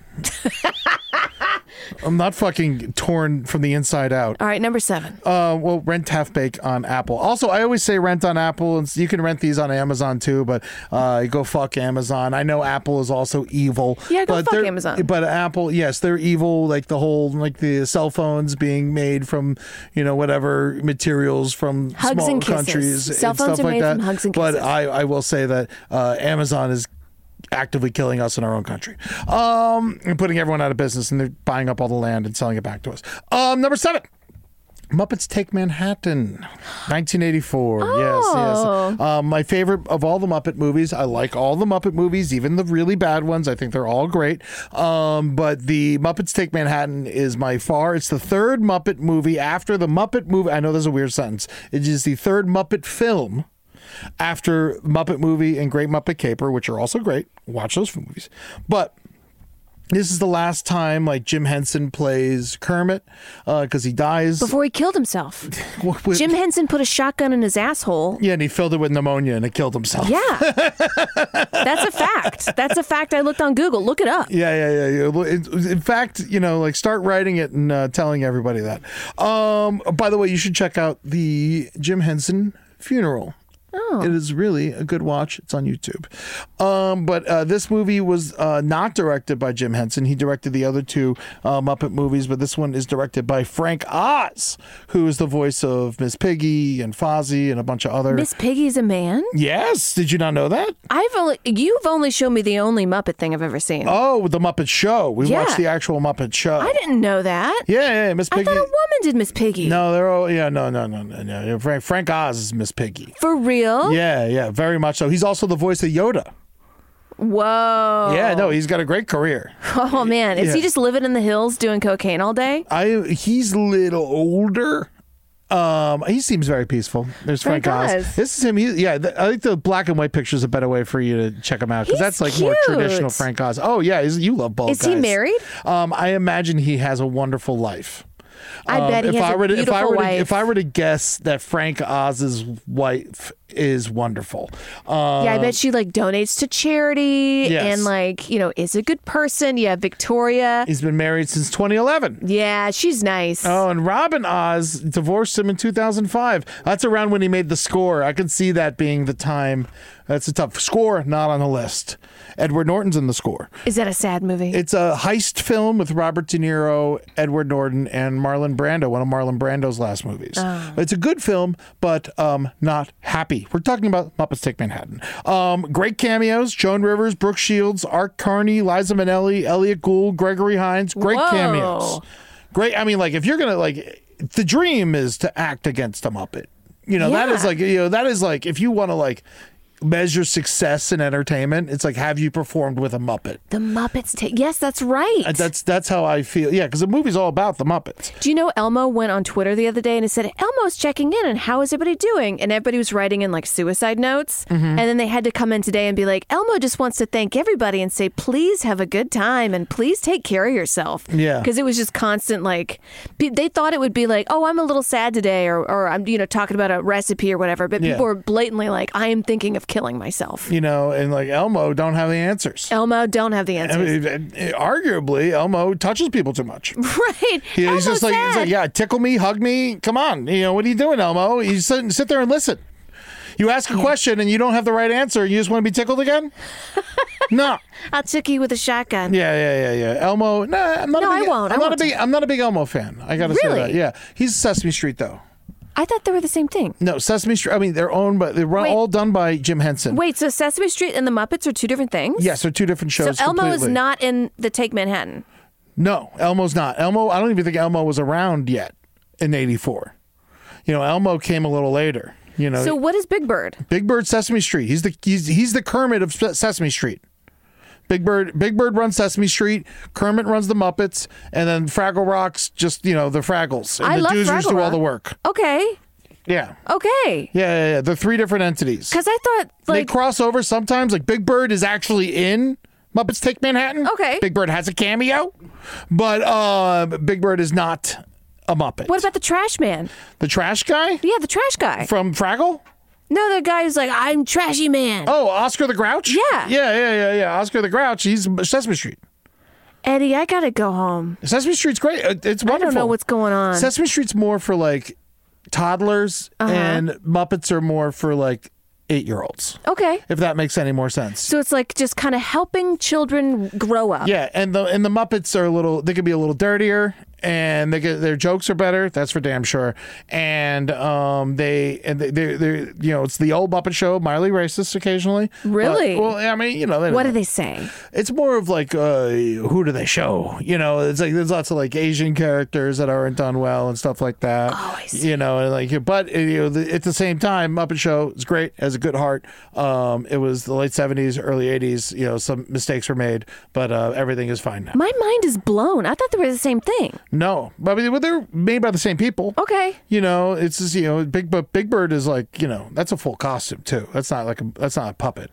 I'm not fucking torn from the inside out.
All right, number seven.
Uh, well, rent half bake on Apple. Also, I always say rent on Apple, and you can rent these on Amazon too. But uh, go fuck Amazon. I know Apple is also evil.
Yeah, go
but
fuck
they're-
Amazon.
But Apple, yes, they're evil. Like the whole like the cell phones being made from you know whatever materials from
Hugs
small
and kisses.
countries.
Cell
and
phones
stuff
are
like
made
that.
from hugs and
But
kisses.
I, I will say that uh, Amazon is actively killing us in our own country um, and putting everyone out of business, and they're buying up all the land and selling it back to us. Um, number seven. Muppets Take Manhattan, 1984. Yes, yes. Um, my favorite of all the Muppet movies. I like all the Muppet movies, even the really bad ones. I think they're all great. Um, but the Muppets Take Manhattan is my far. It's the third Muppet movie after the Muppet movie. I know there's a weird sentence. It is the third Muppet film after Muppet Movie and Great Muppet Caper, which are also great. Watch those movies. But this is the last time like Jim Henson plays Kermit because he dies.
Before he killed himself,
What- what-
Jim Henson put a shotgun in his asshole.
yeah, and he filled it with pneumonia and it killed himself.
Yeah. That's a fact. That's a fact I looked on Google. Look it up.
Yeah, yeah, yeah, yeah. Well, it- In fact, you know, like start writing it and uh, telling everybody that. Um, by the way, you should check out the Jim Henson funeral. Oh. It is really a good watch. It's on YouTube. Um, but uh, this movie was uh, not directed by Jim Henson. He directed the other two uh, Muppet movies, but this one is directed by Frank Oz, who is the voice of Miss Piggy and Fozzie and a bunch of other.
Miss Piggy's a man?
yes, did you not know that?
I've only you've only shown me the only Muppet thing I've ever seen.
Oh, the Muppet Show. We
Yeah.
watched the actual Muppet Show.
I didn't know that.
Yeah, yeah, yeah, Miss
I
Piggy.
thought a woman did Miss Piggy.
No, they're all yeah, no, no, no, no, no. Frank, Frank Oz is Miss Piggy.
For real?
Yeah, yeah, very much so. He's also the voice of Yoda.
Whoa.
Yeah, no, he's got a great career.
Oh man, is he
Yeah.
just living in the hills doing cocaine all day?
I he's a little older. Um, he seems very peaceful. There's Frank,
Frank
Oz.
Oz.
This is him. He, yeah, th- I think the black and white picture is a better way for you to check him out because
He's
that's like more
cute.
traditional Frank Oz. Oh yeah, he's, you love bald
Is he
guys.
married?
Um, I imagine he has a wonderful life.
I
Um,
bet he
if
has
I
a
were to, if
beautiful
I were
wife.
To, if I were to guess that Frank Oz's wife is wonderful, um,
yeah, I bet she like donates to charity
Yes.
and like you know is a good person. Yeah, Victoria.
he's been married since 2011.
Yeah, she's nice.
Oh, and Robin Oz divorced him in 2005. That's around when he made the score. I can see that being the time. That's a tough score, not on the list. Edward Norton's in the score.
Is that a sad movie?
It's a heist film with Robert De Niro, Edward Norton, and Marlon Brando, one of Marlon Brando's last movies.
Ah.
It's a good film, but um, not happy. We're talking about Muppets Take Manhattan. Um, great cameos Joan Rivers, Brooke Shields, Art Carney, Liza Minnelli, Elliot Gould, Gregory Hines. Great
Whoa.
cameos. Great. I mean, like, if you're going to, like, the dream is to act against a Muppet. You know, that
Yeah.
is like, you know, that is like, if you want to, like, measure success in entertainment. It's like have you performed with a Muppet?
The Muppets. Ta- yes, that's right.
Uh, That's that's how I feel. Yeah, because the movie's all about the Muppets.
Do you know Elmo went on Twitter the other day and he said, Elmo's checking in and how is everybody doing? And everybody was writing in like suicide notes.
Mm-hmm.
And then they had to come in today and be like, Elmo just wants to thank everybody and say, please have a good time and please take care of yourself.
Yeah.
Because it was just constant like, pe- they thought it would be like, oh, I'm a little sad today or, or I'm, you know, talking about a recipe or whatever. But
Yeah.
people were blatantly like, I am thinking of killing myself.
You know, and like Elmo don't have the answers.
Elmo, don't have the
I
answers.
mean, arguably, Elmo touches people too much.
right.
Yeah, he's
Elmo's
just like, he's
sad.
like, yeah, tickle me, hug me. Come on. You know, what are you doing, Elmo? You sit, sit there and listen. You ask a question and you don't have the right answer. You just want to be tickled again? no.
I'll tick you with a shotgun.
Yeah, yeah, yeah, yeah. Elmo. Nah, I'm not
No,
a big,
I won't. I
I'm not
won't
a big I'm not a big Elmo fan. I got to say
Really?
that. Yeah. He's Sesame Street though.
I thought they were the same thing.
No, Sesame Street. I mean, they're owned by they're run,
Wait.
all done by Jim Henson.
Wait, so Sesame Street and the Muppets are two different things?
Yes, they're two different
So
shows.
Elmo is
completely.
not in the Take Manhattan.
No, Elmo's not. Elmo, I don't even think Elmo was around yet in '84. You know, Elmo came a little later. You know,
So what is Big Bird?
Big Bird, Sesame Street. He's the he's he's the Kermit of Se- Sesame Street. Big Bird, Big Bird runs Sesame Street. Kermit runs the Muppets, and then Fraggle Rock's just you know the Fraggles and
I
the
love
Doozers
Fraggle
do all the
Rock.
work.
Okay.
Yeah.
Okay.
yeah, yeah, yeah. They're three different entities.
Cuz I thought
they
like
cross over sometimes. Like Big Bird is actually in Muppets Take Manhattan.
Okay.
Big Bird has a cameo, but uh, Big Bird is not a Muppet.
what about the trash man?
the trash guy
Yeah, the trash guy.
from Fraggle?
No, the guy who's like, I'm trashy man.
Oh, Oscar the Grouch.
Yeah.
yeah, yeah, yeah, yeah. Oscar the Grouch. He's Sesame Street.
Eddie, I gotta go home.
Sesame Street's great. Uh, It's wonderful.
I don't know what's going on. Uh-huh.
Sesame Street's more for like toddlers, and Muppets are more for like eight year olds.
okay.
If that makes any more sense.
So it's like just kind of helping children grow up.
Yeah, and the and the Muppets are a little. They could be a little dirtier, and they get their jokes are better. That's for damn sure. And um, they and they they they you know it's the old Muppet Show. Mildly racist occasionally.
Really?
But- well, I mean, you know,
What do
they?
they say?
It's more of like uh, who do they show? You know, it's like there's lots of like Asian characters that aren't done well and stuff like that. Oh, I see. You know, and like but you know, the, at the same time, Muppet Show is great, has a good heart. Um, it was the late '70s, early '80s. You know, some mistakes were made, but uh, everything is fine now.
My mind is blown. I thought they were the same thing.
No, but I mean, well, they're made by the same people.
Okay.
You know, it's just, you know, Big but Big Bird is like you know that's a full costume too. That's not like a, that's not a puppet.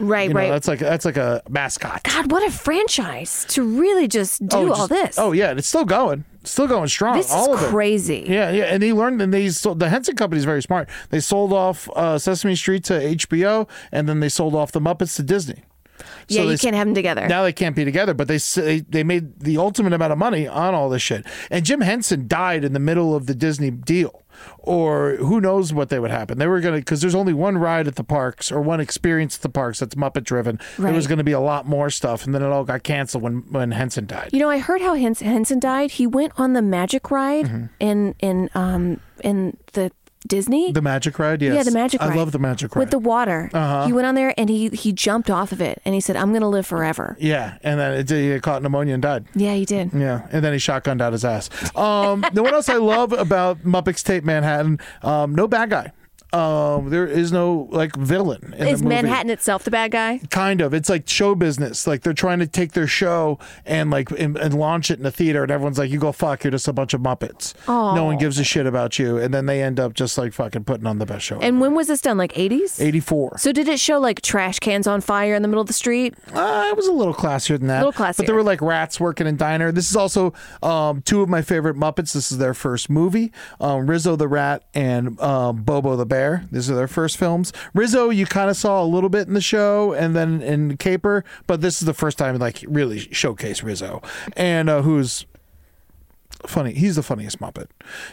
Right,
You know,
right.
that's like that's like a mascot.
God, what a franchise to really just do all
just-
this.
Oh yeah, and it's still going, It's still going strong.
This
all
is
of it.
crazy.
Yeah, yeah, and they learned, and they sold, the Henson Company is very smart. They sold off uh, Sesame Street to HBO, and then they sold off the Muppets to Disney.
Yeah,
they
you
s-
can't have them together.
Now they can't be together, but they s- they they made the ultimate amount of money on all this shit. And Jim Henson died in the middle of the Disney deal, or who knows what they would happen. They were gonna because there's only one ride at the parks or one experience at the parks that's Muppet driven. There was
Right.
gonna be a lot more stuff, and then it all got canceled when when Henson died.
You know, I heard how Hens- Henson died. He went on the magic ride
Mm-hmm.
in in um in the Disney.
The Magic Ride, yes.
yeah, the magic ride.
I love the Magic Ride.
With the water. Uh-huh. He went on there and he he jumped off of it and he said, "I'm going to live forever."
yeah, and then it, he caught pneumonia and died.
Yeah, he did.
Yeah, and then he shotgunned out his ass. Um, the one else I love about Muppets Tape Manhattan, um, no bad guy. Um, there is no like villain. In
Is
the movie.
Manhattan itself the bad guy?
Kind of. It's like show business. Like they're trying to take their show and like and, and launch it in the theater, and everyone's like, "You go fuck. You're just a bunch of Muppets. No one gives a shit about you." And then they end up just like fucking putting on the best show.
And when was this done? Like 80s?
eighty four.
So did it show like trash cans on fire in the middle of the street?
Uh, it was a little classier than that.
Little classier.
But there were like rats working in diner. This is also um, two of my favorite Muppets. This is their first movie. Um, Rizzo the Rat and um, Bobo the Bear. These are their first films. Rizzo, you kind of saw a little bit in the show and then in Caper, but this is the first time like really showcase Rizzo, and uh, who's funny. He's the funniest Muppet.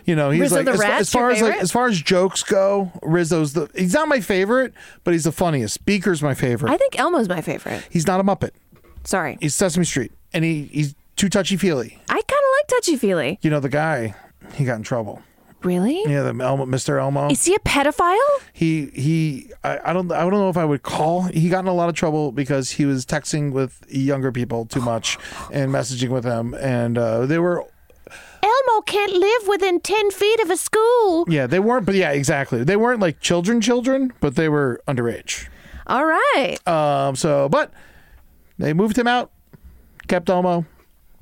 You know, he's
Rizzo
like
the
as,
Rat's
as far
your
as like
favorite?
as far as jokes go, Rizzo's the. He's not my favorite, but he's the funniest. Beaker's my favorite.
I think Elmo's my favorite.
he's not a Muppet
Sorry.
he's Sesame Street, and he, he's too touchy feely.
I kind of like touchy-feely.
You know the guy, he got in trouble.
Really?
Yeah, the Elmo, Mr. Elmo.
Is he a pedophile?
He he. I, I don't I don't know if I would call. He got in a lot of trouble because he was texting with younger people too much and messaging with them, and uh, they were
Elmo can't live within 10 feet of a school.
yeah they weren't. But yeah, exactly. They weren't like children children, but they were underage.
All right.
Um, so, but they moved him out, kept Elmo.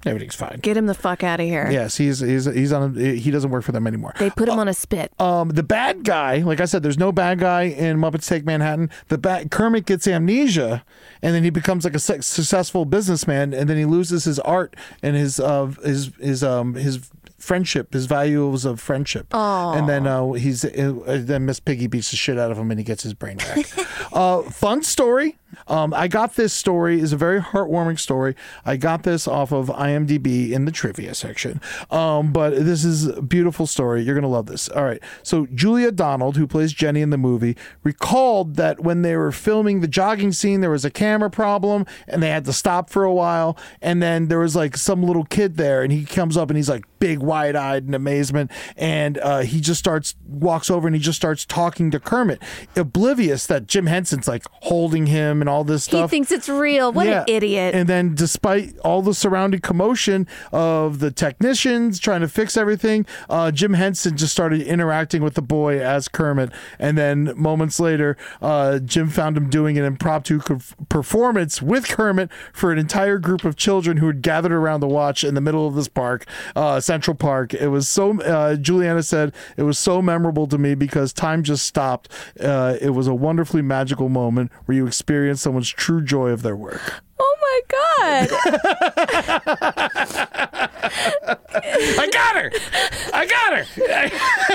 Everything's fine.
Get him the fuck out of here.
Yes, he's he's he's on. He doesn't work for them anymore.
They put him on a spit.
Um, the bad guy, like I said, there's no bad guy in Muppets Take Manhattan. The bad Kermit gets amnesia, and then he becomes like a su- successful businessman, and then he loses his art and his uh, his his um his friendship, his values of friendship. Oh. And then uh, he's uh, then Miss Piggy beats the shit out of him, and he gets his brain back. uh, fun story. Um, I got this story is a very heartwarming story. I got this off of IMDb in the trivia section. Um, but this is a beautiful story. You're gonna love this. All right. So Julia Donald, who plays Jenny in the movie, recalled that when they were filming the jogging scene, there was a camera problem, and they had to stop for a while. And then there was like some little kid there, and he comes up and he's like big, wide eyed in amazement, and uh, he just starts walks over and he just starts talking to Kermit, oblivious that Jim Henson's like holding him and all this
He
stuff.
thinks it's real. What an
uh, Yeah.
idiot.
And then, despite all the surrounding commotion of the technicians trying to fix everything, uh, Jim Henson just started interacting with the boy as Kermit. And then, moments later, uh, Jim found him doing an impromptu co- performance with Kermit for an entire group of children who had gathered around the watch in the middle of this park, uh, Central Park. It was so, uh, Juliana said, it was so memorable to me because time just stopped. Uh, it was a wonderfully magical moment where you experience someone's true joy of their work.
oh my God.
I got her. I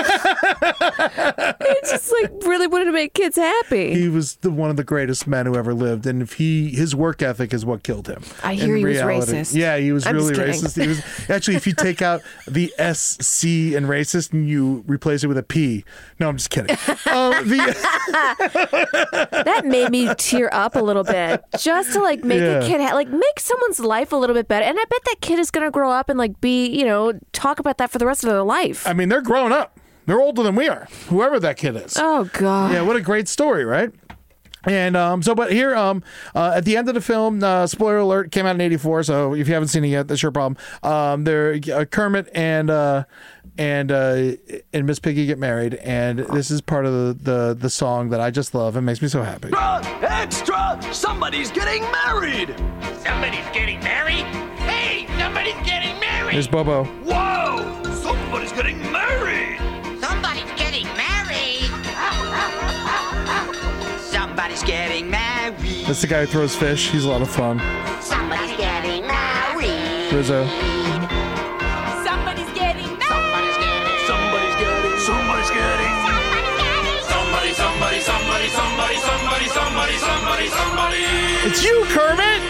got her.
it's just like really wanted to make kids happy.
He was the, one of the greatest men who ever lived, and if he his work ethic is what killed him.
I hear
In
he was racist.
Yeah, he was
I'm just
really
kidding.
racist. He was actually if you take out the S C in racist and you replace it with a P. No, I'm just kidding. Um, the,
That made me tear up a little bit just to like make
Yeah.
a kid, ha- like make someone's life a little bit better. And I bet that kid is going to grow up and like be, you know, talk about that for the rest of their life.
I mean, they're grown up. They're older than we are. Whoever that kid is.
oh, God.
Yeah, what a great story, right? And um, so, but here um, uh, at the end of the film, uh, spoiler alert, came out in '84. So if you haven't seen it yet, that's your problem. Um, there, uh, Kermit and uh, and uh, and Miss Piggy get married, and this is part of the, the the song that I just love. It makes me so happy.
Uh, Extra! Somebody's getting married! Somebody's getting married? Hey, somebody's getting married!
There's Bobo.
Whoa! Somebody's getting married!
Somebody's getting married. Somebody's getting married.
That's the guy who throws fish. He's a lot of fun.
Somebody's getting married.
Rizzo.
Somebody's getting married.
Somebody's getting. Somebody's getting. Somebody, somebody, somebody, somebody, somebody, somebody, somebody, somebody.
It's you, Kermit.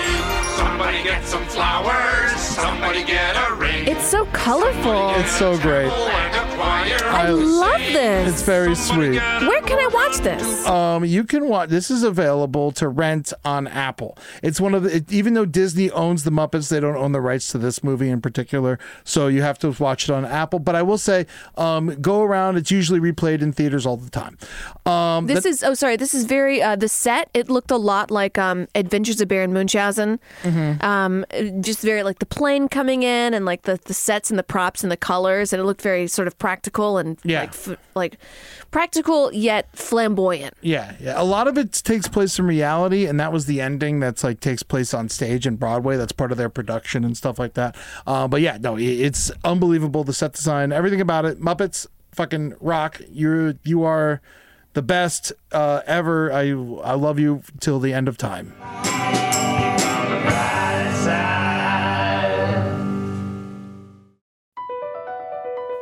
Somebody get some flowers. Somebody get a ring.
It's so colorful.
It's so great.
and a choir.
I love this.
It's very sweet.
Where can I watch this?
Um, you can watch. This is available to rent on Apple. It's one of the. It, even though Disney owns the Muppets, they don't own the rights to this movie in particular, so you have to watch it on Apple. But I will say, um, go around. It's usually replayed in theaters all the time. Um,
This is oh sorry. This is very uh, the set. It looked a lot like um, Adventures of Baron Munchausen.
Mm-hmm.
Um, just very like the plane coming in and like the, the sets and the props and the colors and it looked very sort of practical and
Yeah.
like f- like practical yet flamboyant.
Yeah, yeah. A lot of it takes place in reality, and that was the ending that's like takes place on stage in Broadway. That's part of their production and stuff like that. Uh, but yeah, no, i- it's unbelievable. The set design, everything about it. Muppets fucking rock. You're you are the best uh, ever. I I love you till the end of time.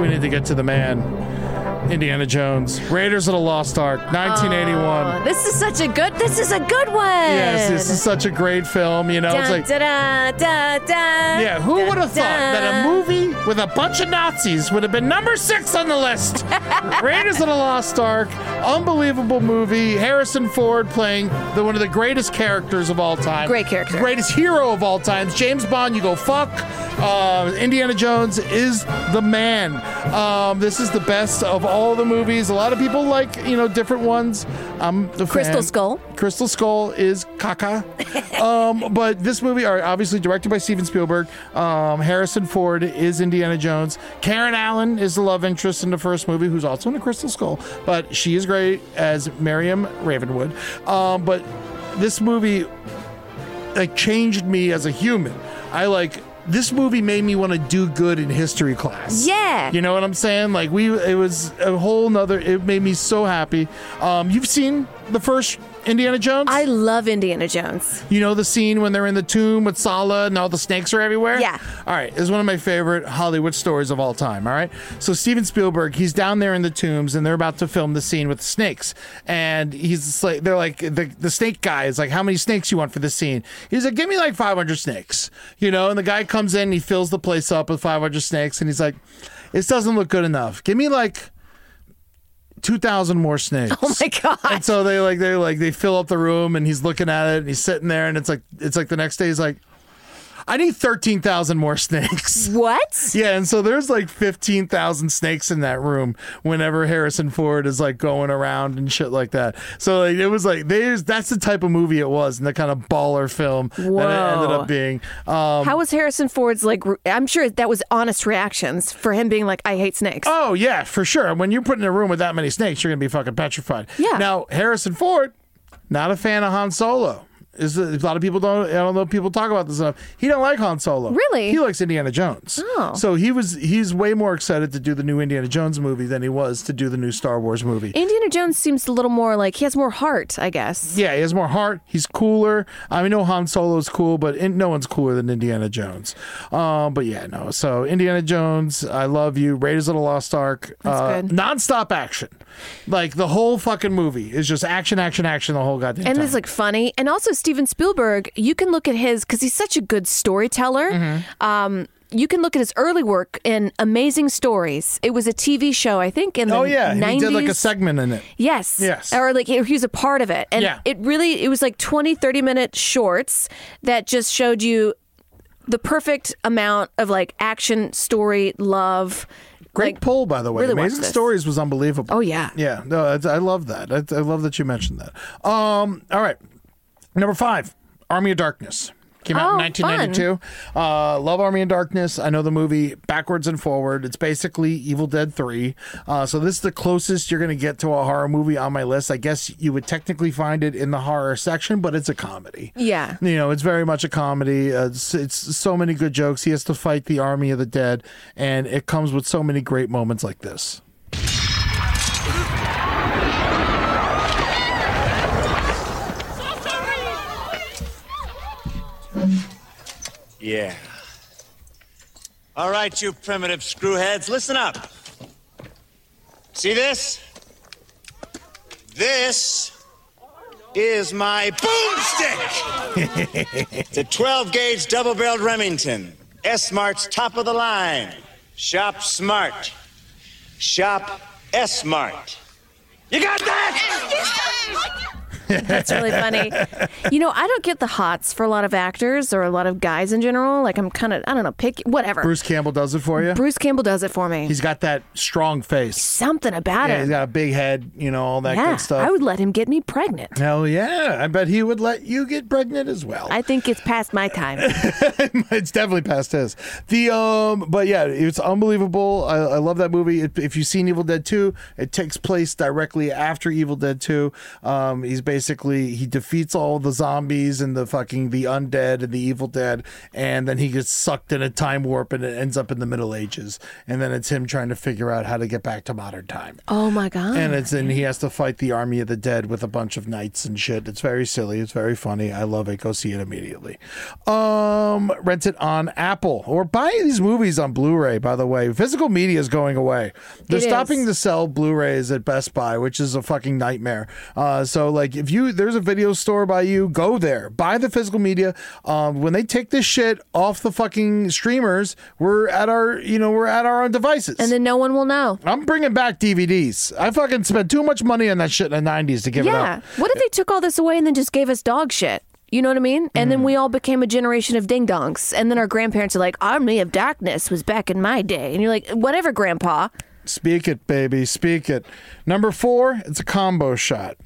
We need to get to the man, Indiana Jones, Raiders of the Lost Ark, 1981.
Oh, this is such a good. This is a good one.
Yes, this is such a great film. You know, it's like, yeah, who would have thought that a movie with a bunch of Nazis would have been number six on the list? Raiders of the Lost Ark, unbelievable movie. Harrison Ford playing the one of the greatest characters of all time,
Great character.
greatest hero of all times. James Bond, you go fuck. Uh, Indiana Jones is the man. Um, this is the best of all the movies. A lot of people like you know different ones. I'm the
Crystal
fan.
Skull.
Crystal Skull is caca. um, but this movie, are obviously directed by Steven Spielberg. Um, Harrison Ford is Indiana Jones. Karen Allen is the love interest in the first movie, who's also in a Crystal Skull, but she is great as Miriam Ravenwood. Um, but this movie like changed me as a human. I like this movie made me want to do good in history class.
Yeah.
You know what I'm saying? Like we it was a whole nother it made me so happy. Um you've seen the first Indiana Jones?
I love Indiana Jones.
You know the scene when they're in the tomb with Sala and all the snakes are everywhere?
Yeah.
All right. It's one of my favorite Hollywood stories of all time. All right. So Steven Spielberg, he's down there in the tombs and they're about to film the scene with the snakes. And he's just like, they're like, the, the snake guy is like, how many snakes you want for this scene? He's like, give me like 500 snakes, you know? And the guy comes in and he fills the place up with 500 snakes. And he's like, this doesn't look good enough. Give me like two thousand more snakes. Oh my
god!
And so they like they like they fill up the room, and he's looking at it, and he's sitting there, and it's like it's like the next day he's like, I need thirteen thousand more snakes.
What?
Yeah, and so there's like fifteen thousand snakes in that room whenever Harrison Ford is like going around and shit like that. So like it was like there's that's the type of movie it was, and the kind of baller film that it ended
Whoa.
up being. Um,
How was Harrison Ford's like? re- I'm sure that was honest reactions for him being like, "I hate snakes."
Oh yeah, for sure. When you're put in a room with that many snakes, you're gonna be fucking petrified.
Yeah.
Now Harrison Ford, not a fan of Han Solo. Is a, a lot of people don't. I don't know. if People talk about this enough. He don't like Han Solo.
Really?
He likes Indiana Jones.
Oh.
So he was. He's way more excited to do the new Indiana Jones movie than he was to do the new Star Wars movie.
Indiana Jones seems a little more like he has more heart, I guess.
yeah, he has more heart. He's cooler. I know Han Solo's cool, but in, no one's cooler than Indiana Jones. Um, but yeah, no. So Indiana Jones, I love you. Raiders of the Lost Ark.
That's
uh,
good.
Nonstop action, like the whole fucking movie is just action, action, action. The whole goddamn.
And
time.
it's like funny. And also Steven Spielberg, you can look at his because he's such a good storyteller.
Mm-hmm.
Um, you can look at his early work in Amazing Stories. It was a TV show, I think, in the
oh yeah, and
90s.
he did like a segment in it.
Yes.
Yes.
Or like he he was a part of it. And
Yeah.
it really it was like 20 30 minute shorts that just showed you the perfect amount of like action, story, love.
Great
like,
pull, by the way.
really watch
Amazing
this.
Stories was unbelievable.
Oh, yeah.
yeah. No, I, I love that. I, I love that you mentioned that. Um, all right, number five, Army of Darkness. Came out
Oh,
in 1992. Uh, Love Army of Darkness. I know the movie backwards and forward. It's basically Evil Dead 3. Uh, so, this is the closest you're going to get to a horror movie on my list. I guess you would technically find it in the horror section, but it's a comedy.
Yeah.
You know, it's very much a comedy. Uh, it's, it's so many good jokes. He has to fight the army of the dead, and it comes with so many great moments like this.
Yeah. All right, you primitive screwheads, listen up. See this? This is my boomstick. it's a 12 gauge double barreled Remington. S Smart's top of the line. Shop smart. Shop S Smart. You got that?
That's really funny. You know, I don't get the hots for a lot of actors or a lot of guys in general. Like I'm kind of, I don't know, pick whatever.
Bruce Campbell does it for you.
Bruce Campbell does it for me.
He's got that strong face.
Something about
yeah,
him.
He's got a big head, you know, all that
yeah,
good stuff.
I would let him get me pregnant.
Hell yeah. I bet he would let you get pregnant as well.
I think it's past my time.
it's definitely past his. The um, but yeah, it's unbelievable. I, I love that movie. If, if you've seen Evil Dead Two, it takes place directly after Evil Dead Two. Um, he's basically he defeats all the zombies and the fucking the undead and the evil dead, and then he gets sucked in a time warp and it ends up in the Middle Ages. And then it's him trying to figure out how to get back to modern time.
oh my god.
And it's and he has to fight the army of the dead with a bunch of knights and shit. It's very silly. It's very funny. I love it. Go see it immediately. Um, rent it on Apple or buy these movies on Blu-ray. By the way, physical media is going away. They're
It is.
stopping to sell Blu-rays at Best Buy, which is a fucking nightmare. Uh, so like if you there's a video store by you, go there. Buy the physical media. Um, when they take this shit off the fucking streamers, we're at our you know we're at our own devices. And then
no one will know.
I'm bringing back DVDs. I fucking spent too much money on that shit in the 90s to give
yeah.
it up.
What if they took all this away and then just gave us dog shit? You know what I mean? And
Mm.
then we all became a generation of ding dongs. And then our grandparents are like, Army of Darkness was back in my day. And you're like, whatever, Grandpa.
Speak it, baby. Speak it. Number four, it's a combo shot.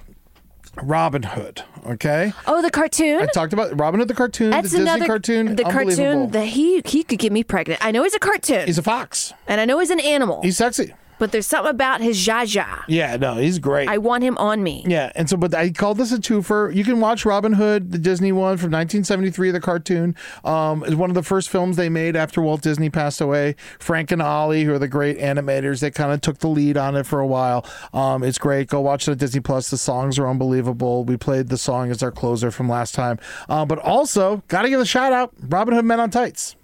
Robin Hood. Okay.
Oh, the cartoon?
I talked about Robin Hood the cartoon, the Disney cartoon.
The
Unbelievable.
cartoon that he he could get me pregnant. I know he's a cartoon. He's
a fox.
And I know he's an animal.
He's sexy.
But there's something about his zha zha.
Yeah, no, he's great.
I want him on me.
Yeah, and so but I called this a twofer. You can watch Robin Hood, the Disney one from 1973, the cartoon. Um, is one of the first films they made after Walt Disney passed away. Frank and Ollie, who are the great animators, they kind of took the lead on it for a while. Um, it's great. Go watch it on Disney Plus. The songs are unbelievable. We played the song as our closer from last time. Uh, but also, gotta give a shout out, Robin Hood Men on Tights.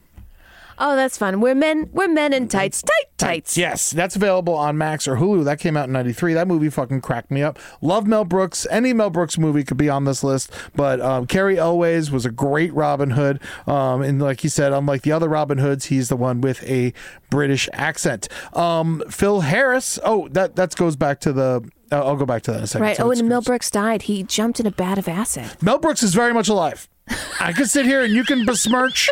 Oh, that's fun. We're men. We're men in tights. Tight tights.
Yes, that's available on Max or Hulu. That came out in '93. That movie fucking cracked me up. Love Mel Brooks. Any Mel Brooks movie could be on this list, but um, Carrie Elways was a great Robin Hood. Um, and like he said, unlike the other Robin Hoods, he's the one with a British accent. Um, Phil Harris. Oh, that that goes back to the. Uh, I'll go back to that in a second.
Right.
So
Oh,
it's-
and Mel Brooks died. He jumped in a vat of acid.
Mel Brooks is very much alive. I could sit here and you can besmirch,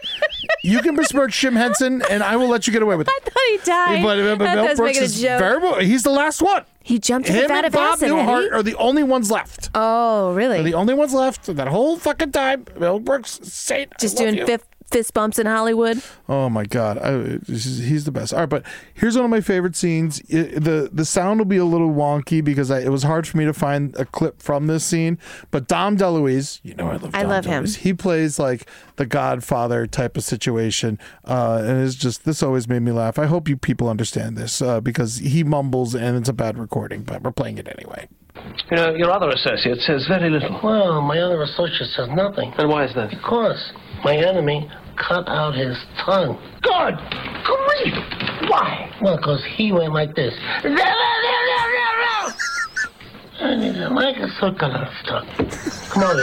you can besmirch Jim Henson, and I will let you get away with it.
I thought he died.
But, but-
I
but
thought I
Mel
was
Brooks
making a
is
joke.
very mu- He's the last one.
He jumped in a
Him
vat
and
of
Bob
acid, had he?
Newhart are the only ones left.
Oh, really?
They're the only ones left that whole fucking time. Mel Brooks, Saint, I
Just
love
doing
you.
fifth, fist bumps in Hollywood.
Oh my god, I, this is- he's the best. All right, but here's one of my favorite scenes. It- the The sound will be a little wonky because I, it was hard for me to find a clip from this scene. But Dom DeLuise, you know I love.
I
Dom
love him.
DeLuise. He plays like the Godfather type of situation, uh, and it's just this always made me laugh. I hope you people understand this uh, because he mumbles and it's a bad recording, but we're playing it anyway.
You know, your other associate says very little.
Well, my other associate says nothing.
And why is that?
Because my enemy cut out his tongue. God! Grief! Why? Well, because he went like this. And he's like a circle of tongue. Come on.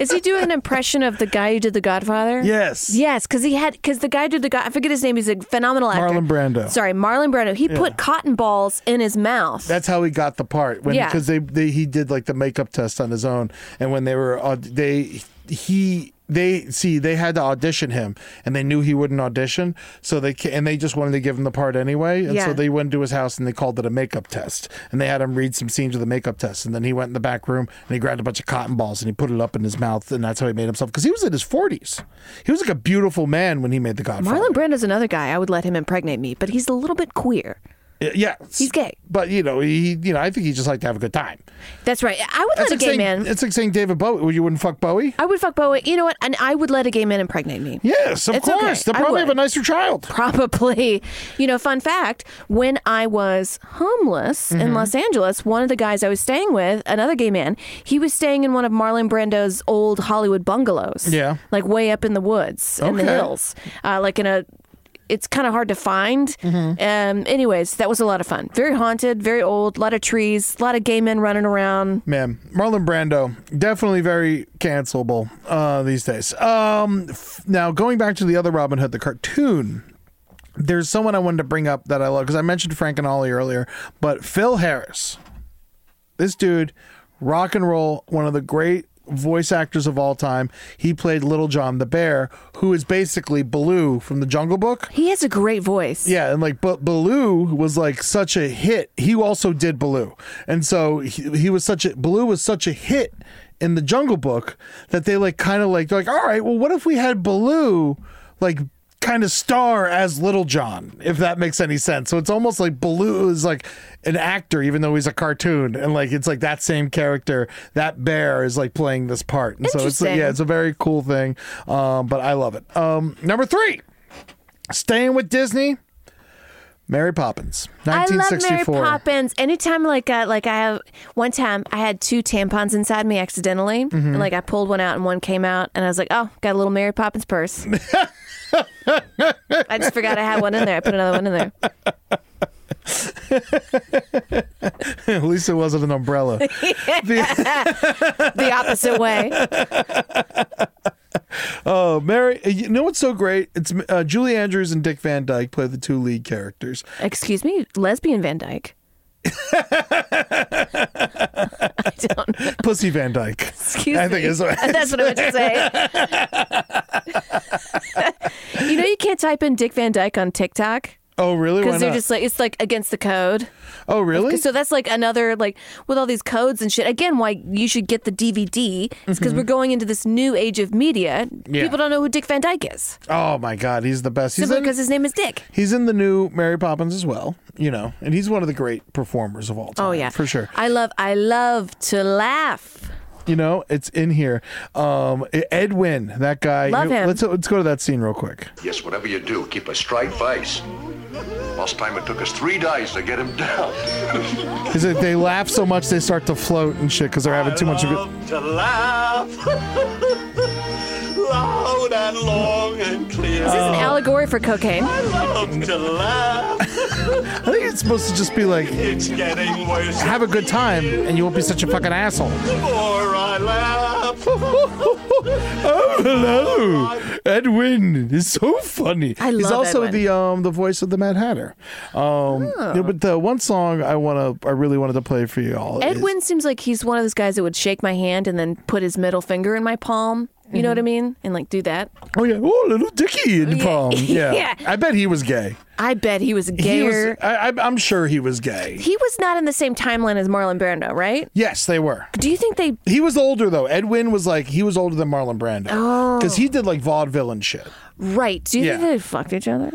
Is he doing an impression of the guy who did The Godfather?
Yes.
Yes, because he had because the guy who did the God. I forget his name. He's a phenomenal actor.
Marlon Brando.
Sorry, Marlon Brando. He
Yeah.
put cotton balls in his mouth.
That's how he got the part when
Yeah.
because they, they he did like the makeup test on his own, and when they were au- they he they see they had to audition him, and they knew he wouldn't audition, so they ca- and they just wanted to give him the part anyway, and so
Yeah.
they went to his house and they called it a makeup test, and they had him read some scenes of the makeup test, and then he went in the back room and he grabbed a bunch of cotton balls and he put it up in his mouth, and that's how he made himself because he was in his forties, he was like a beautiful man when he made the Godfather.
Marlon Brando's another guy. I would let him impregnate me, but he's a little bit queer.
Y- Yeah, he's
gay,
but you know he you know I think he just liked to have a good time.
That's right. I would let
That's
a
like
gay
saying,
man.
It's like saying David Bowie. well, You wouldn't fuck Bowie.
I would fuck Bowie. You know what? And I would let a gay man impregnate me.
Yes, of
It's okay.
course.
I
They'll probably
would.
have a nicer child.
Probably. You know, fun fact when I was homeless in
Mhm.
Los Angeles, one of the guys I was staying with, another gay man, he was staying in one of Marlon Brando's old Hollywood bungalows.
Yeah.
Like way up in the woods, in the
Okay.
hills, uh, like in a it's kind of hard to find.
Mm-hmm.
Um, anyways, that was a lot of fun. Very haunted, very old, a lot of trees, a lot of gay men running around.
Man, Marlon Brando, definitely very cancelable uh, these days. Um, f- now, going back to the other Robin Hood, the cartoon, there's someone I wanted to bring up that I love because I mentioned Frank and Ollie earlier, but Phil Harris, this dude, rock and roll, one of the great voice actors of all time. He played Little John the Bear, who is basically Baloo from the Jungle Book.
He has a great voice.
Yeah, and like, but Baloo was like such a hit. He also did Baloo, and so he, he was such a Baloo was such a hit in the Jungle Book that they like kind of like they're like, all right, well, what if we had Baloo like kind of star as Little John, if that makes any sense. So it's almost like Baloo is like an actor, even though he's a cartoon, and like it's like that same character. That bear is like playing this part, and so it's
Interesting.
yeah, it's a very cool thing. Um, but I love it. Um, number three, staying with Disney, Mary Poppins,
I
nineteen
love
sixty
Mary
four.
Poppins. Anytime, like, uh, like I have one time, I had two tampons inside me accidentally,
Mhm.
and like I pulled one out and one came out, and I was like, oh, got a little Mary Poppins purse. I just forgot I had one in there. I put another one in there.
At least it wasn't an umbrella.
the-, opposite way.
Oh, Mary! You know what's so great? It's uh, Julie Andrews and Dick Van Dyke play the two lead characters.
Excuse me, lesbian Van Dyke.
Pussy Van Dyke.
Excuse
I
me.
think is what
That's what I meant to say. you know, you can't type in Dick Van Dyke on TikTok.
Oh, really? Why
Because they're
not?
just like it's like against the code.
Oh, really?
So that's like another like with all these codes and shit. Again, why you should get the DVD is because
Mhm.
we're going into this new age of media.
Yeah.
People don't know who Dick Van Dyke is
Oh my God, he's the best. He's
simply
in,
because his name is Dick.
he's in the new Mary Poppins as well, you know, and he's one of the great performers of all time.
Oh yeah,
for sure.
I love I love to laugh.
You know, it's in here. Um, Edwin, that guy.
Love him.
Let's let's go to that scene real quick.
Yes, whatever you do, keep a straight face. Last time it took us three days to get him down.
Is it they laugh so much they start to float and shit because they're having too much of it.
To laugh loud and long and clear.
Is this an allegory for cocaine?
Love to laugh.
I think it's supposed to just be like,
It's getting worse.
have a good time and you won't be such a fucking asshole.
The more I laugh.
Oh, hello, Edwin. It's so funny.
I
He's
love
also
Edwin.
the um the voice of the Mad Hatter. Um,
Oh.
yeah, but the one song I wanna, I really wanted to play for you all. is-
Edwin seems like he's one of those guys that would shake my hand and then put his middle finger in my palm. You know what I mean? And like do that.
oh yeah, oh little Dicky in the
Yeah.
palm. Yeah.
Yeah.
I bet he was gay.
I bet he was gayer.
He was, I, I, I'm sure he was gay.
He was not in the same timeline as Marlon Brando, right?
Yes, they were.
Do you think they?
He was older though. Edwin was like he was older than Marlon Brando.
Oh.
because he did like vaudeville and shit.
Right. Do you
Yeah.
think they fucked each other?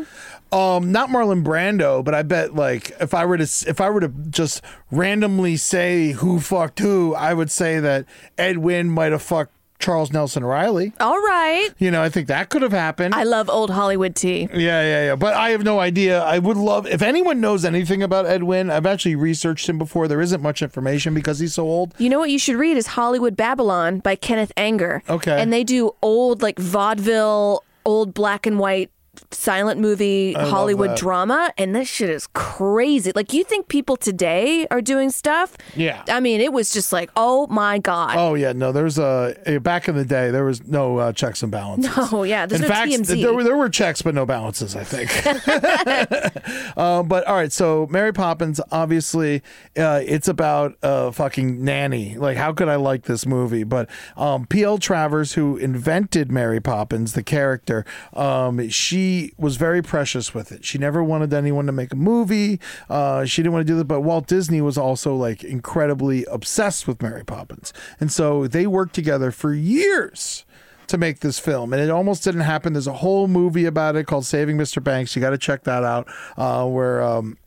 Um, not Marlon Brando, but I bet like if I were to s- if I were to just randomly say who fucked who, I would say that Edwin might have fucked Charles Nelson Riley.
All right.
You know, I think that could have happened.
I love old Hollywood tea.
Yeah, yeah, yeah. But I have no idea. I would love if anyone knows anything about Edwin. I've actually researched him before. There isn't much information because he's so old.
You know what you should read is Hollywood Babylon by Kenneth Anger.
Okay.
And they do old like vaudeville, old black and white silent movie
I love
Hollywood
that.
drama and this shit is crazy. Like you think people today are doing stuff?
Yeah.
I mean, it was just like, "Oh my god."
Oh yeah, no. There's a uh, back in the day. There was no uh, checks and balances.
No, yeah, there's
in
no
fact,
TMZ.
th- there were there were checks but no balances. I think. um, but all right, so Mary Poppins, obviously, uh, it's about a fucking nanny. Like, how could I like this movie? But um, P.L. Travers, who invented Mary Poppins, the character, um, she was very precious with it. She never wanted anyone to make a movie. Uh, she didn't want to do that. But Walt Disney was also like incredibly obsessed with Mary Poppins, and so they worked together for years to make this film, and it almost didn't happen. There's a whole movie about it called Saving Mr. Banks. You got to check that out, uh, where. Um,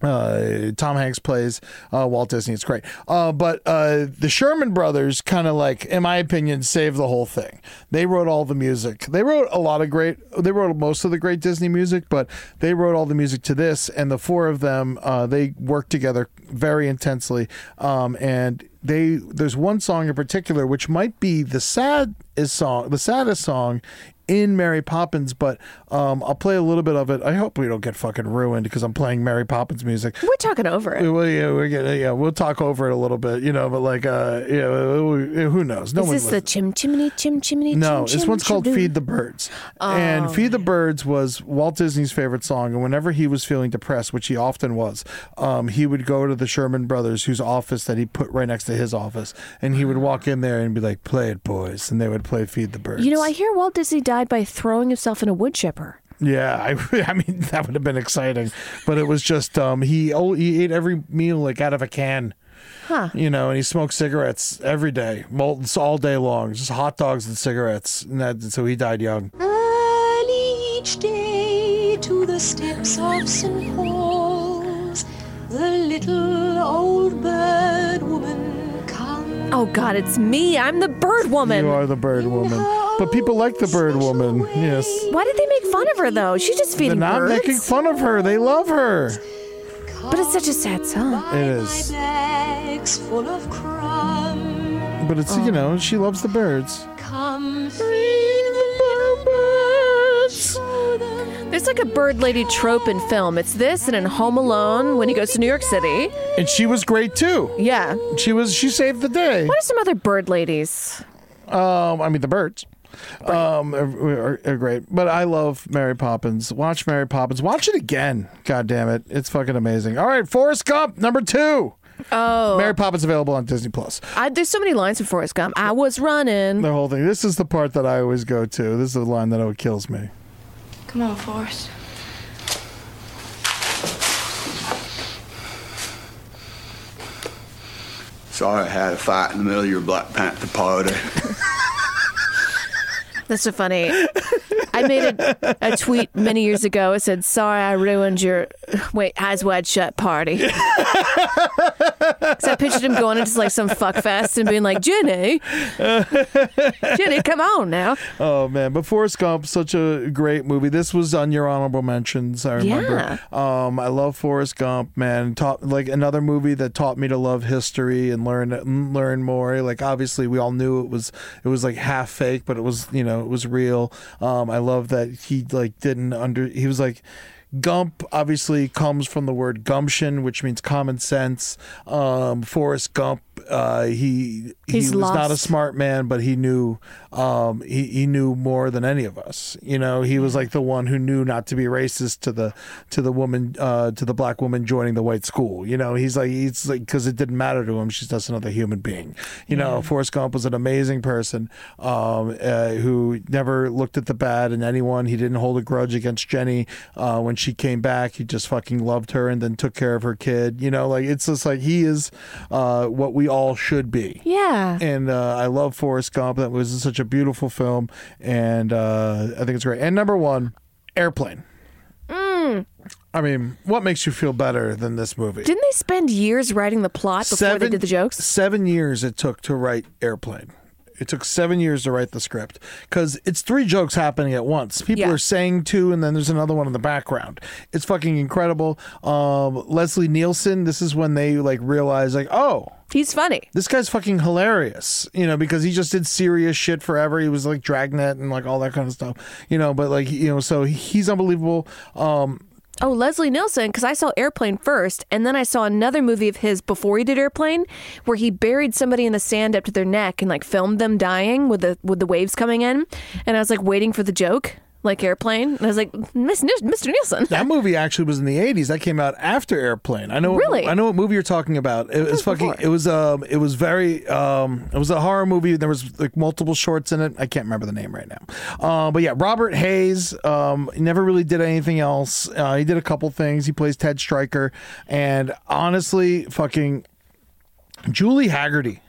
uh, Tom Hanks plays uh, Walt Disney. It's great. Uh, but uh, the Sherman brothers kind of like, in my opinion, saved the whole thing. They wrote all the music. They wrote a lot of great, they wrote most of the great Disney music, but they wrote all the music to this. And the four of them, uh, they worked together very intensely. Um, and they there's one song in particular which might be the saddest song the saddest song in Mary Poppins, but um, I'll play a little bit of it. I hope we don't get fucking ruined because I'm playing Mary Poppins music.
We're talking over it.
We, we, yeah, we're gonna, yeah, we'll talk over it a little bit, you know. But like, uh, yeah, we- who knows? No
is
one.
this the
listens.
chim chimney chim chimney?
No,
chim,
this one's
chim,
called
chim-
Feed the Birds. And
Oh.
Feed the Birds was Walt Disney's favorite song. And whenever he was feeling depressed, which he often was, um, he would go to the Sherman Brothers, whose office that he put right next to his office. And he would walk in there and be like, play it, boys. And they would play Feed the Birds.
You know, I hear Walt Disney died by throwing himself in a wood chipper.
Yeah, I, I mean that would have been exciting, but it was just um he oh, he ate every meal like out of a can.
Huh.
You know, and he smoked cigarettes every day, molten all day long, just hot dogs and cigarettes. And that, so he died young.
Early each day to the steps of St. Paul's, the little old bird woman comes.
Oh God, it's me. I'm the bird woman.
You are the bird woman, but people like the bird woman. Yes,
Why did they make fun of her though? She's just
they're
feeding
not
birds.
making fun of her. They love her.
But it's such a sad song.
It is,
Bags full of crumbs.
but it's
Oh.
you know she loves the birds.
Come feed the birds.
There's like a bird lady trope in film. It's this and in Home Alone when he goes to New York City.
And she was great too.
Yeah.
She was she saved the day.
What are some other bird ladies?
Um, I mean the birds. Um, are, are- are great, but I love Mary Poppins. Watch Mary Poppins. Watch it again. God damn it, it's fucking amazing. All right, Forrest Gump number two.
Oh,
Mary Poppins available on Disney Plus.
I, there's so many lines in Forrest Gump. I was running.
The whole thing. This is the part that I always go to. This is the line that always kills me.
Come on, Forrest.
Sorry I had a fight in the middle of your Black Panther party.
That's so funny. I made a, a tweet many years ago. It said, "Sorry, I ruined your wait eyes wide shut party." so I pictured him going into like some fuck fest and being like, "Jenny, Jenny, come on now."
Oh man, but Forrest Gump, such a great movie. This was on your honorable mentions. I remember. Um, I love Forrest Gump, man. Taught like another movie that taught me to love history and learn mm, learn more. Like obviously, we all knew it was it was like half fake, but it was you know it was real. Um, I love that he like didn't under he was like. Gump obviously comes from the word gumption, which means common sense. Um, Forrest Gump, uh, he he
He's
was not a
lost.
smart man, but he knew um, he he knew more than any of us. You know, he was like the one who knew not to be racist to the to the woman uh, to the black woman joining the white school. You know, he's like he's like because it didn't matter to him. She's just another human being. You know, Forrest Gump was an amazing person um, uh, who never looked at the bad in anyone. He didn't hold a grudge against Jenny uh, when she came back. He just fucking loved her and then took care of her kid. You know, like it's just like he is uh, what we all should be
Yeah.
and uh, I love Forrest Gump. That was such a beautiful film, and uh, I think it's great. And number one, Airplane. I mean, what makes you feel better than this movie?
Mm. Didn't they spend years writing the plot before they did the jokes?
Seven years it took to write Airplane. It took seven years to write the script because it's three jokes happening at once. People
Yeah.
are saying two, and then there's another one in the background. It's fucking incredible. Um, Leslie Nielsen. This is when they like realize like, oh,
He's funny.
this guy's fucking hilarious, you know, because he just did serious shit forever. He was like Dragnet and like all that kind of stuff, you know, but like, you know, so he's unbelievable. Um,
Oh, Leslie Nielsen, because I saw Airplane first, and then I saw another movie of his before he did Airplane, where he buried somebody in the sand up to their neck and like filmed them dying with the with the waves coming in, and I was like waiting for the joke, like Airplane, and I was like, Miss Niel- Mr. Nielsen,
that movie actually was in the 80s. That came out after Airplane. I know
Really?
I know what movie you're talking about. It was fucking it was um it was very um it was a horror movie. There was like multiple shorts in it. I can't remember the name right now. Uh, but yeah, Robert Hayes um never really did anything else. Uh, he did a couple things. He plays Ted Stryker and honestly fucking Julie Haggerty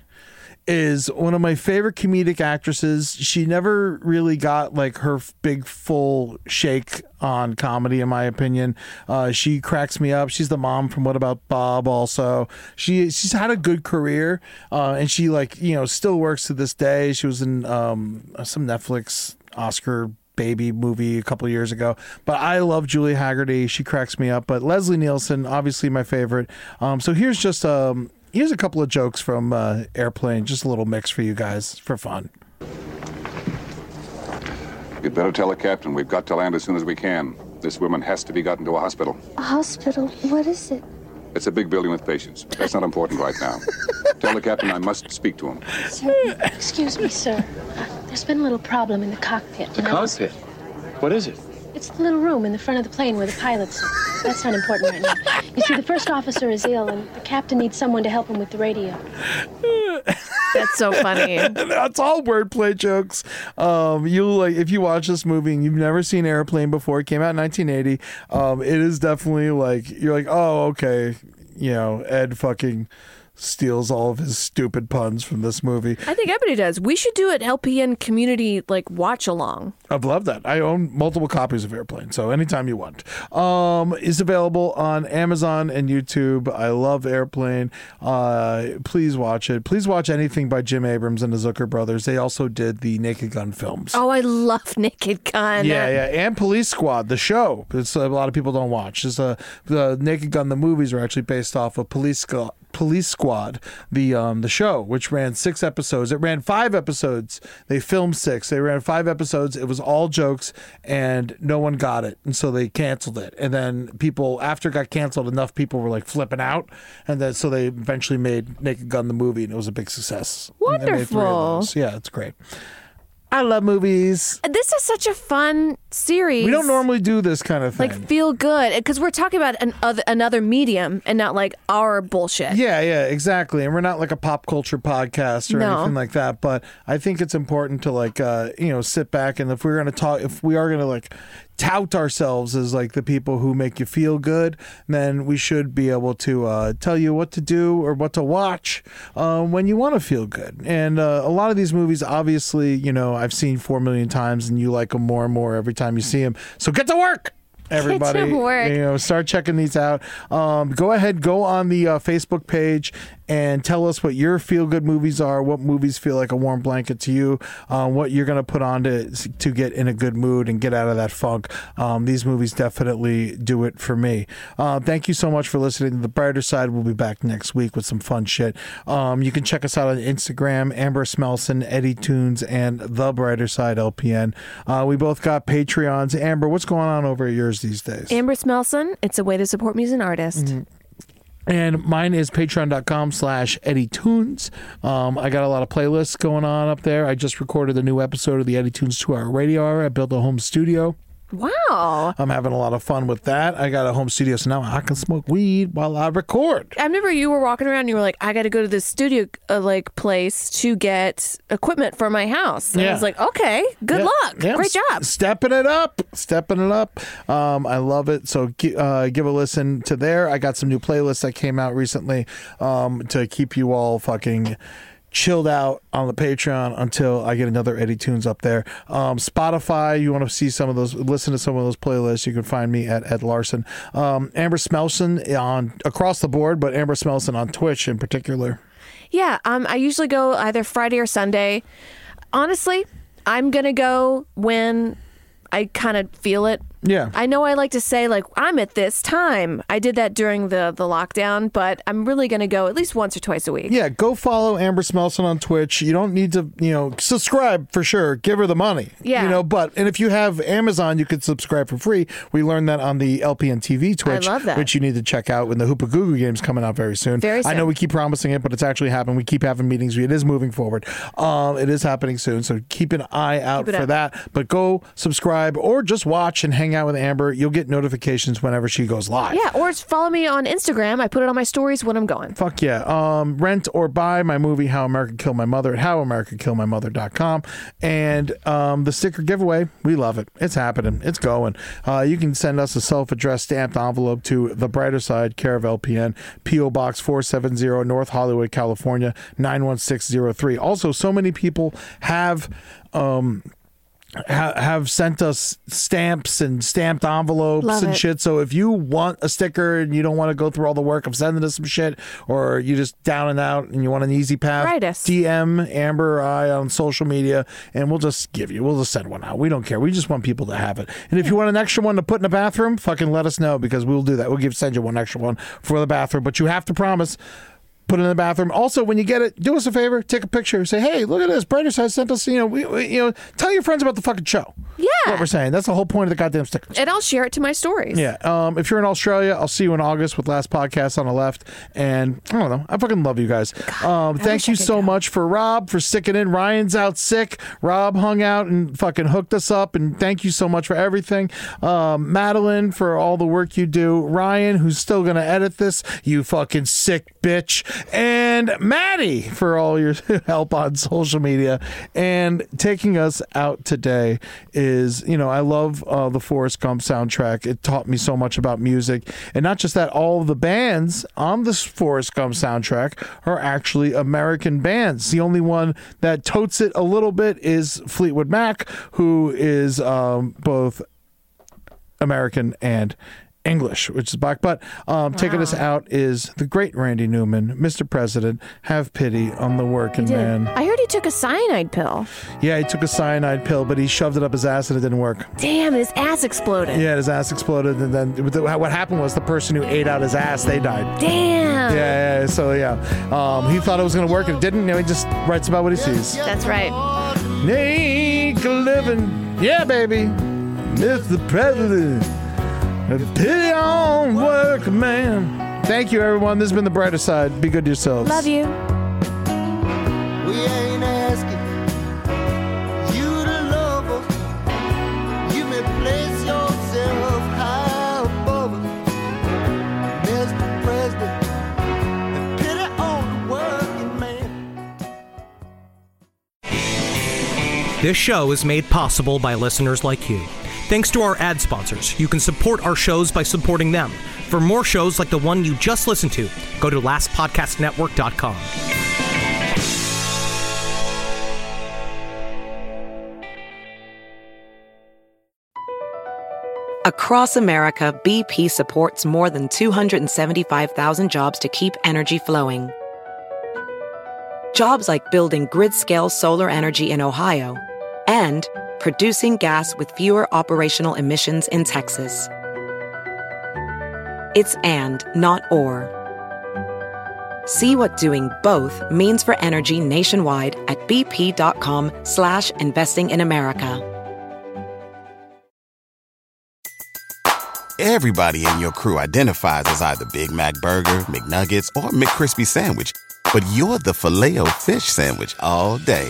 is one of my favorite comedic actresses. She never really got like her f- big full shake on comedy, in my opinion. Uh, she cracks me up. She's the mom from What About Bob? Also, she she's had a good career, uh, and she like you know still works to this day. She was in um, some Netflix Oscar baby movie a couple years ago. But I love Julie Haggerty. She cracks me up. But Leslie Nielsen, obviously my favorite. Um, so here's just um, here's a couple of jokes from uh, Airplane, just a little mix for you guys for fun.
You'd better tell the captain we've got to land as soon as we can. This woman has to be gotten to a hospital.
A hospital? What is it?
It's a big building with patients, but that's not important right now. tell the captain I must speak to him.
Sir, excuse me, sir. There's been a little problem in the cockpit.
The
and I was-
cockpit. What is it?
It's the little room in the front of the plane where the pilot's. in. That's not important right now. You see, the first officer is ill, and the captain needs someone to help him with the radio.
That's so funny.
That's all wordplay jokes. Um, you like if you watch this movie and you've never seen Airplane before, it came out in 1980. Um, it is definitely like you're like, oh, okay, you know, Ed fucking steals all of his stupid puns from this movie.
I think everybody does. We should do an LPN community like watch along.
I've loved that. I own multiple copies of Airplane, so anytime you want. Um, is available on Amazon and YouTube. I love Airplane. Uh, please watch it. Please watch anything by Jim Abrams and the Zucker brothers. They also did the Naked Gun films.
Oh, I love Naked Gun.
Yeah, yeah, and Police Squad, the show. It's uh, a lot of people don't watch. It's a, the Naked Gun. The movies are actually based off of Police Squad. Police Squad, the um, the show, which ran six episodes. It ran five episodes. They filmed six. They ran five episodes. It was all jokes, and no one got it, and so they canceled it. And then people after it got canceled, enough people were like flipping out, and then so they eventually made Naked Gun the movie, and it was a big success. And they made three of
Wonderful.
those. Yeah, it's great. I love movies.
This is such a fun series.
We don't normally do this kind of thing.
like feel good because we're talking about an other, another medium and not like our bullshit.
Yeah, yeah, exactly. And we're not like a pop culture podcast or
No.
anything like that. But I think it's important to like uh, you know sit back and if we're gonna talk, if we are gonna like tout ourselves as like the people who make you feel good, then we should be able to uh, tell you what to do or what to watch um, when you want to feel good. And uh, a lot of these movies, obviously, you know, I've seen four million times, and you like them more and more every time you see them. So get to work. Everybody,
work.
you know, start checking these out. Um, go ahead, go on the uh, Facebook page and tell us what your feel good movies are, what movies feel like a warm blanket to you, uh, what you're going to put on to, to get in a good mood and get out of that funk. Um, these movies definitely do it for me. Uh, thank you so much for listening to The Brighter Side. We'll be back next week with some fun shit. Um, you can check us out on Instagram, Amber Smelson, Eddie Tunes, and The Brighter Side LPN. Uh, we both got Patreons. Amber, what's going on over at yours these days?
Amber Smelson, it's a way to support me as an artist.
Mm-hmm. and mine is patreon.com slash eddie tunes um, i got a lot of playlists going on up there i just recorded a new episode of the eddie tunes two hour radio hour i built a home studio
Wow.
i'm having a lot of fun with that i got a home studio so now i can smoke weed while i record
I remember you were walking around and you were like, I got to go to this studio uh, like place to get equipment for my house. And I
Yeah.
was like, okay, good
Yeah.
luck.
Yeah, I'm
Great
s-
job.
Stepping it up. Stepping it up. Um, I love it. So gi- uh, give a listen to there. I got some new playlists that came out recently um, to keep you all fucking chilled out on the Patreon until I get another Eddie Tunes up there. Um, Spotify, you want to see some of those, listen to some of those playlists, you can find me at Ed Larson. Um, Amber Smelson on across the board, but Amber Smelson on Twitch in particular.
Yeah, um, I usually go either Friday or Sunday. Honestly, I'm going to go when I kind of feel it.
Yeah.
I know I like to say like I'm at this time. I did that during the the lockdown, but I'm really going to go at least once or twice a week.
Yeah, go follow Amber Smelson on Twitch. You don't need to, you know, subscribe for sure. Give her the money.
Yeah.
You know, but and if you have Amazon, you could subscribe for free. We learned that on the LPN TV Twitch,
love that.
which you need to check out when the Hoopa Goo Goo game's coming out very soon.
Very
I
soon.
know we keep promising it, but it's actually happening. We keep having meetings. It is moving forward. Um, it is happening soon, so keep an eye out
Keep it
for
up.
that. But go subscribe or just watch and hang out with Amber. You'll get notifications whenever she goes live.
Yeah, or just follow me on Instagram. I put it on my stories when I'm going.
Fuck yeah. Um, rent or buy my movie, How America Killed My Mother, at howamericakilledmymother.com. And um, the sticker giveaway, we love it. It's happening. It's going. Uh, you can send us a self addressed stamped envelope to The Brighter Side, care of LPN, P.O. Box 470, North Hollywood, California, 91603. Also, so many people have. Um, ha- have sent us stamps and stamped envelopes
Love
and
it.
shit. So if you want a sticker and you don't want to go through all the work of sending us some shit, or you just down and out and you want an easy path,
Write us.
DM Amber or I on social media, and we'll just give you. We'll just send one out. We don't care. We just want people to have it. And if you want an extra one to put in the bathroom, fucking let us know because we'll do that. We'll give send you one extra one for the bathroom, but you have to promise. put it in the bathroom. Also, when you get it, do us a favor, take a picture, say, "Hey, look at this, Brighter Side sent us." You know, we, we- you know, tell your friends about the fucking show.
Yeah,
what we're saying. That's the whole point of the goddamn sticker.
and I'll share it to my stories.
Yeah. Um, if you're in Australia, I'll see you in August with Last Podcast on the Left. And I don't know. I fucking love you guys. Um, thank you so much for Rob for sticking in. Ryan's out sick. Rob hung out and fucking hooked us up. And thank you so much for everything. Um, Madeline for all the work you do. Ryan, who's still going to edit this, you fucking sick bitch. And Maddie for all your help on social media. And taking us out today is, you know, I love uh, the Forrest Gump soundtrack. It taught me so much about music. And not just that, all of the bands on this Forrest Gump soundtrack are actually American bands. The only one that totes it a little bit is Fleetwood Mac, who is um, both American and English, which is black. But um, taking us out is the great Randy Newman, Mr. President. Have pity on the working man.
I heard he took a cyanide pill.
Yeah, he took a cyanide pill, but he shoved it up his ass and it didn't work.
Damn, his ass exploded.
Yeah, his ass exploded, and then what happened was the person who ate out his ass they died.
Damn.
Yeah, yeah. So yeah, um, he thought it was gonna work, and it didn't. Now he just writes about what he sees.
That's right.
Make a living, yeah, baby, Mr. President. Have Pity on working man. Thank you, everyone. This has been the brighter side. Be good to yourselves.
Love you.
We ain't asking you to love us. You may place yourself high above us. Mr. President, have pity on the working man.
This show is made possible by listeners like you. Thanks to our ad sponsors, you can support our shows by supporting them. For more shows like the one you just listened to, go to lastpodcastnetwork.com.
Across America, BP supports more than 275,000 jobs to keep energy flowing. Jobs like building grid scale solar energy in Ohio and producing gas with fewer operational emissions in Texas. It's and, not or. See what doing both means for energy nationwide at bp.com slash investing in America.
Everybody in your crew identifies as either Big Mac Burger, McNuggets, or McCrispy Sandwich. But you're the filet fish Sandwich all day.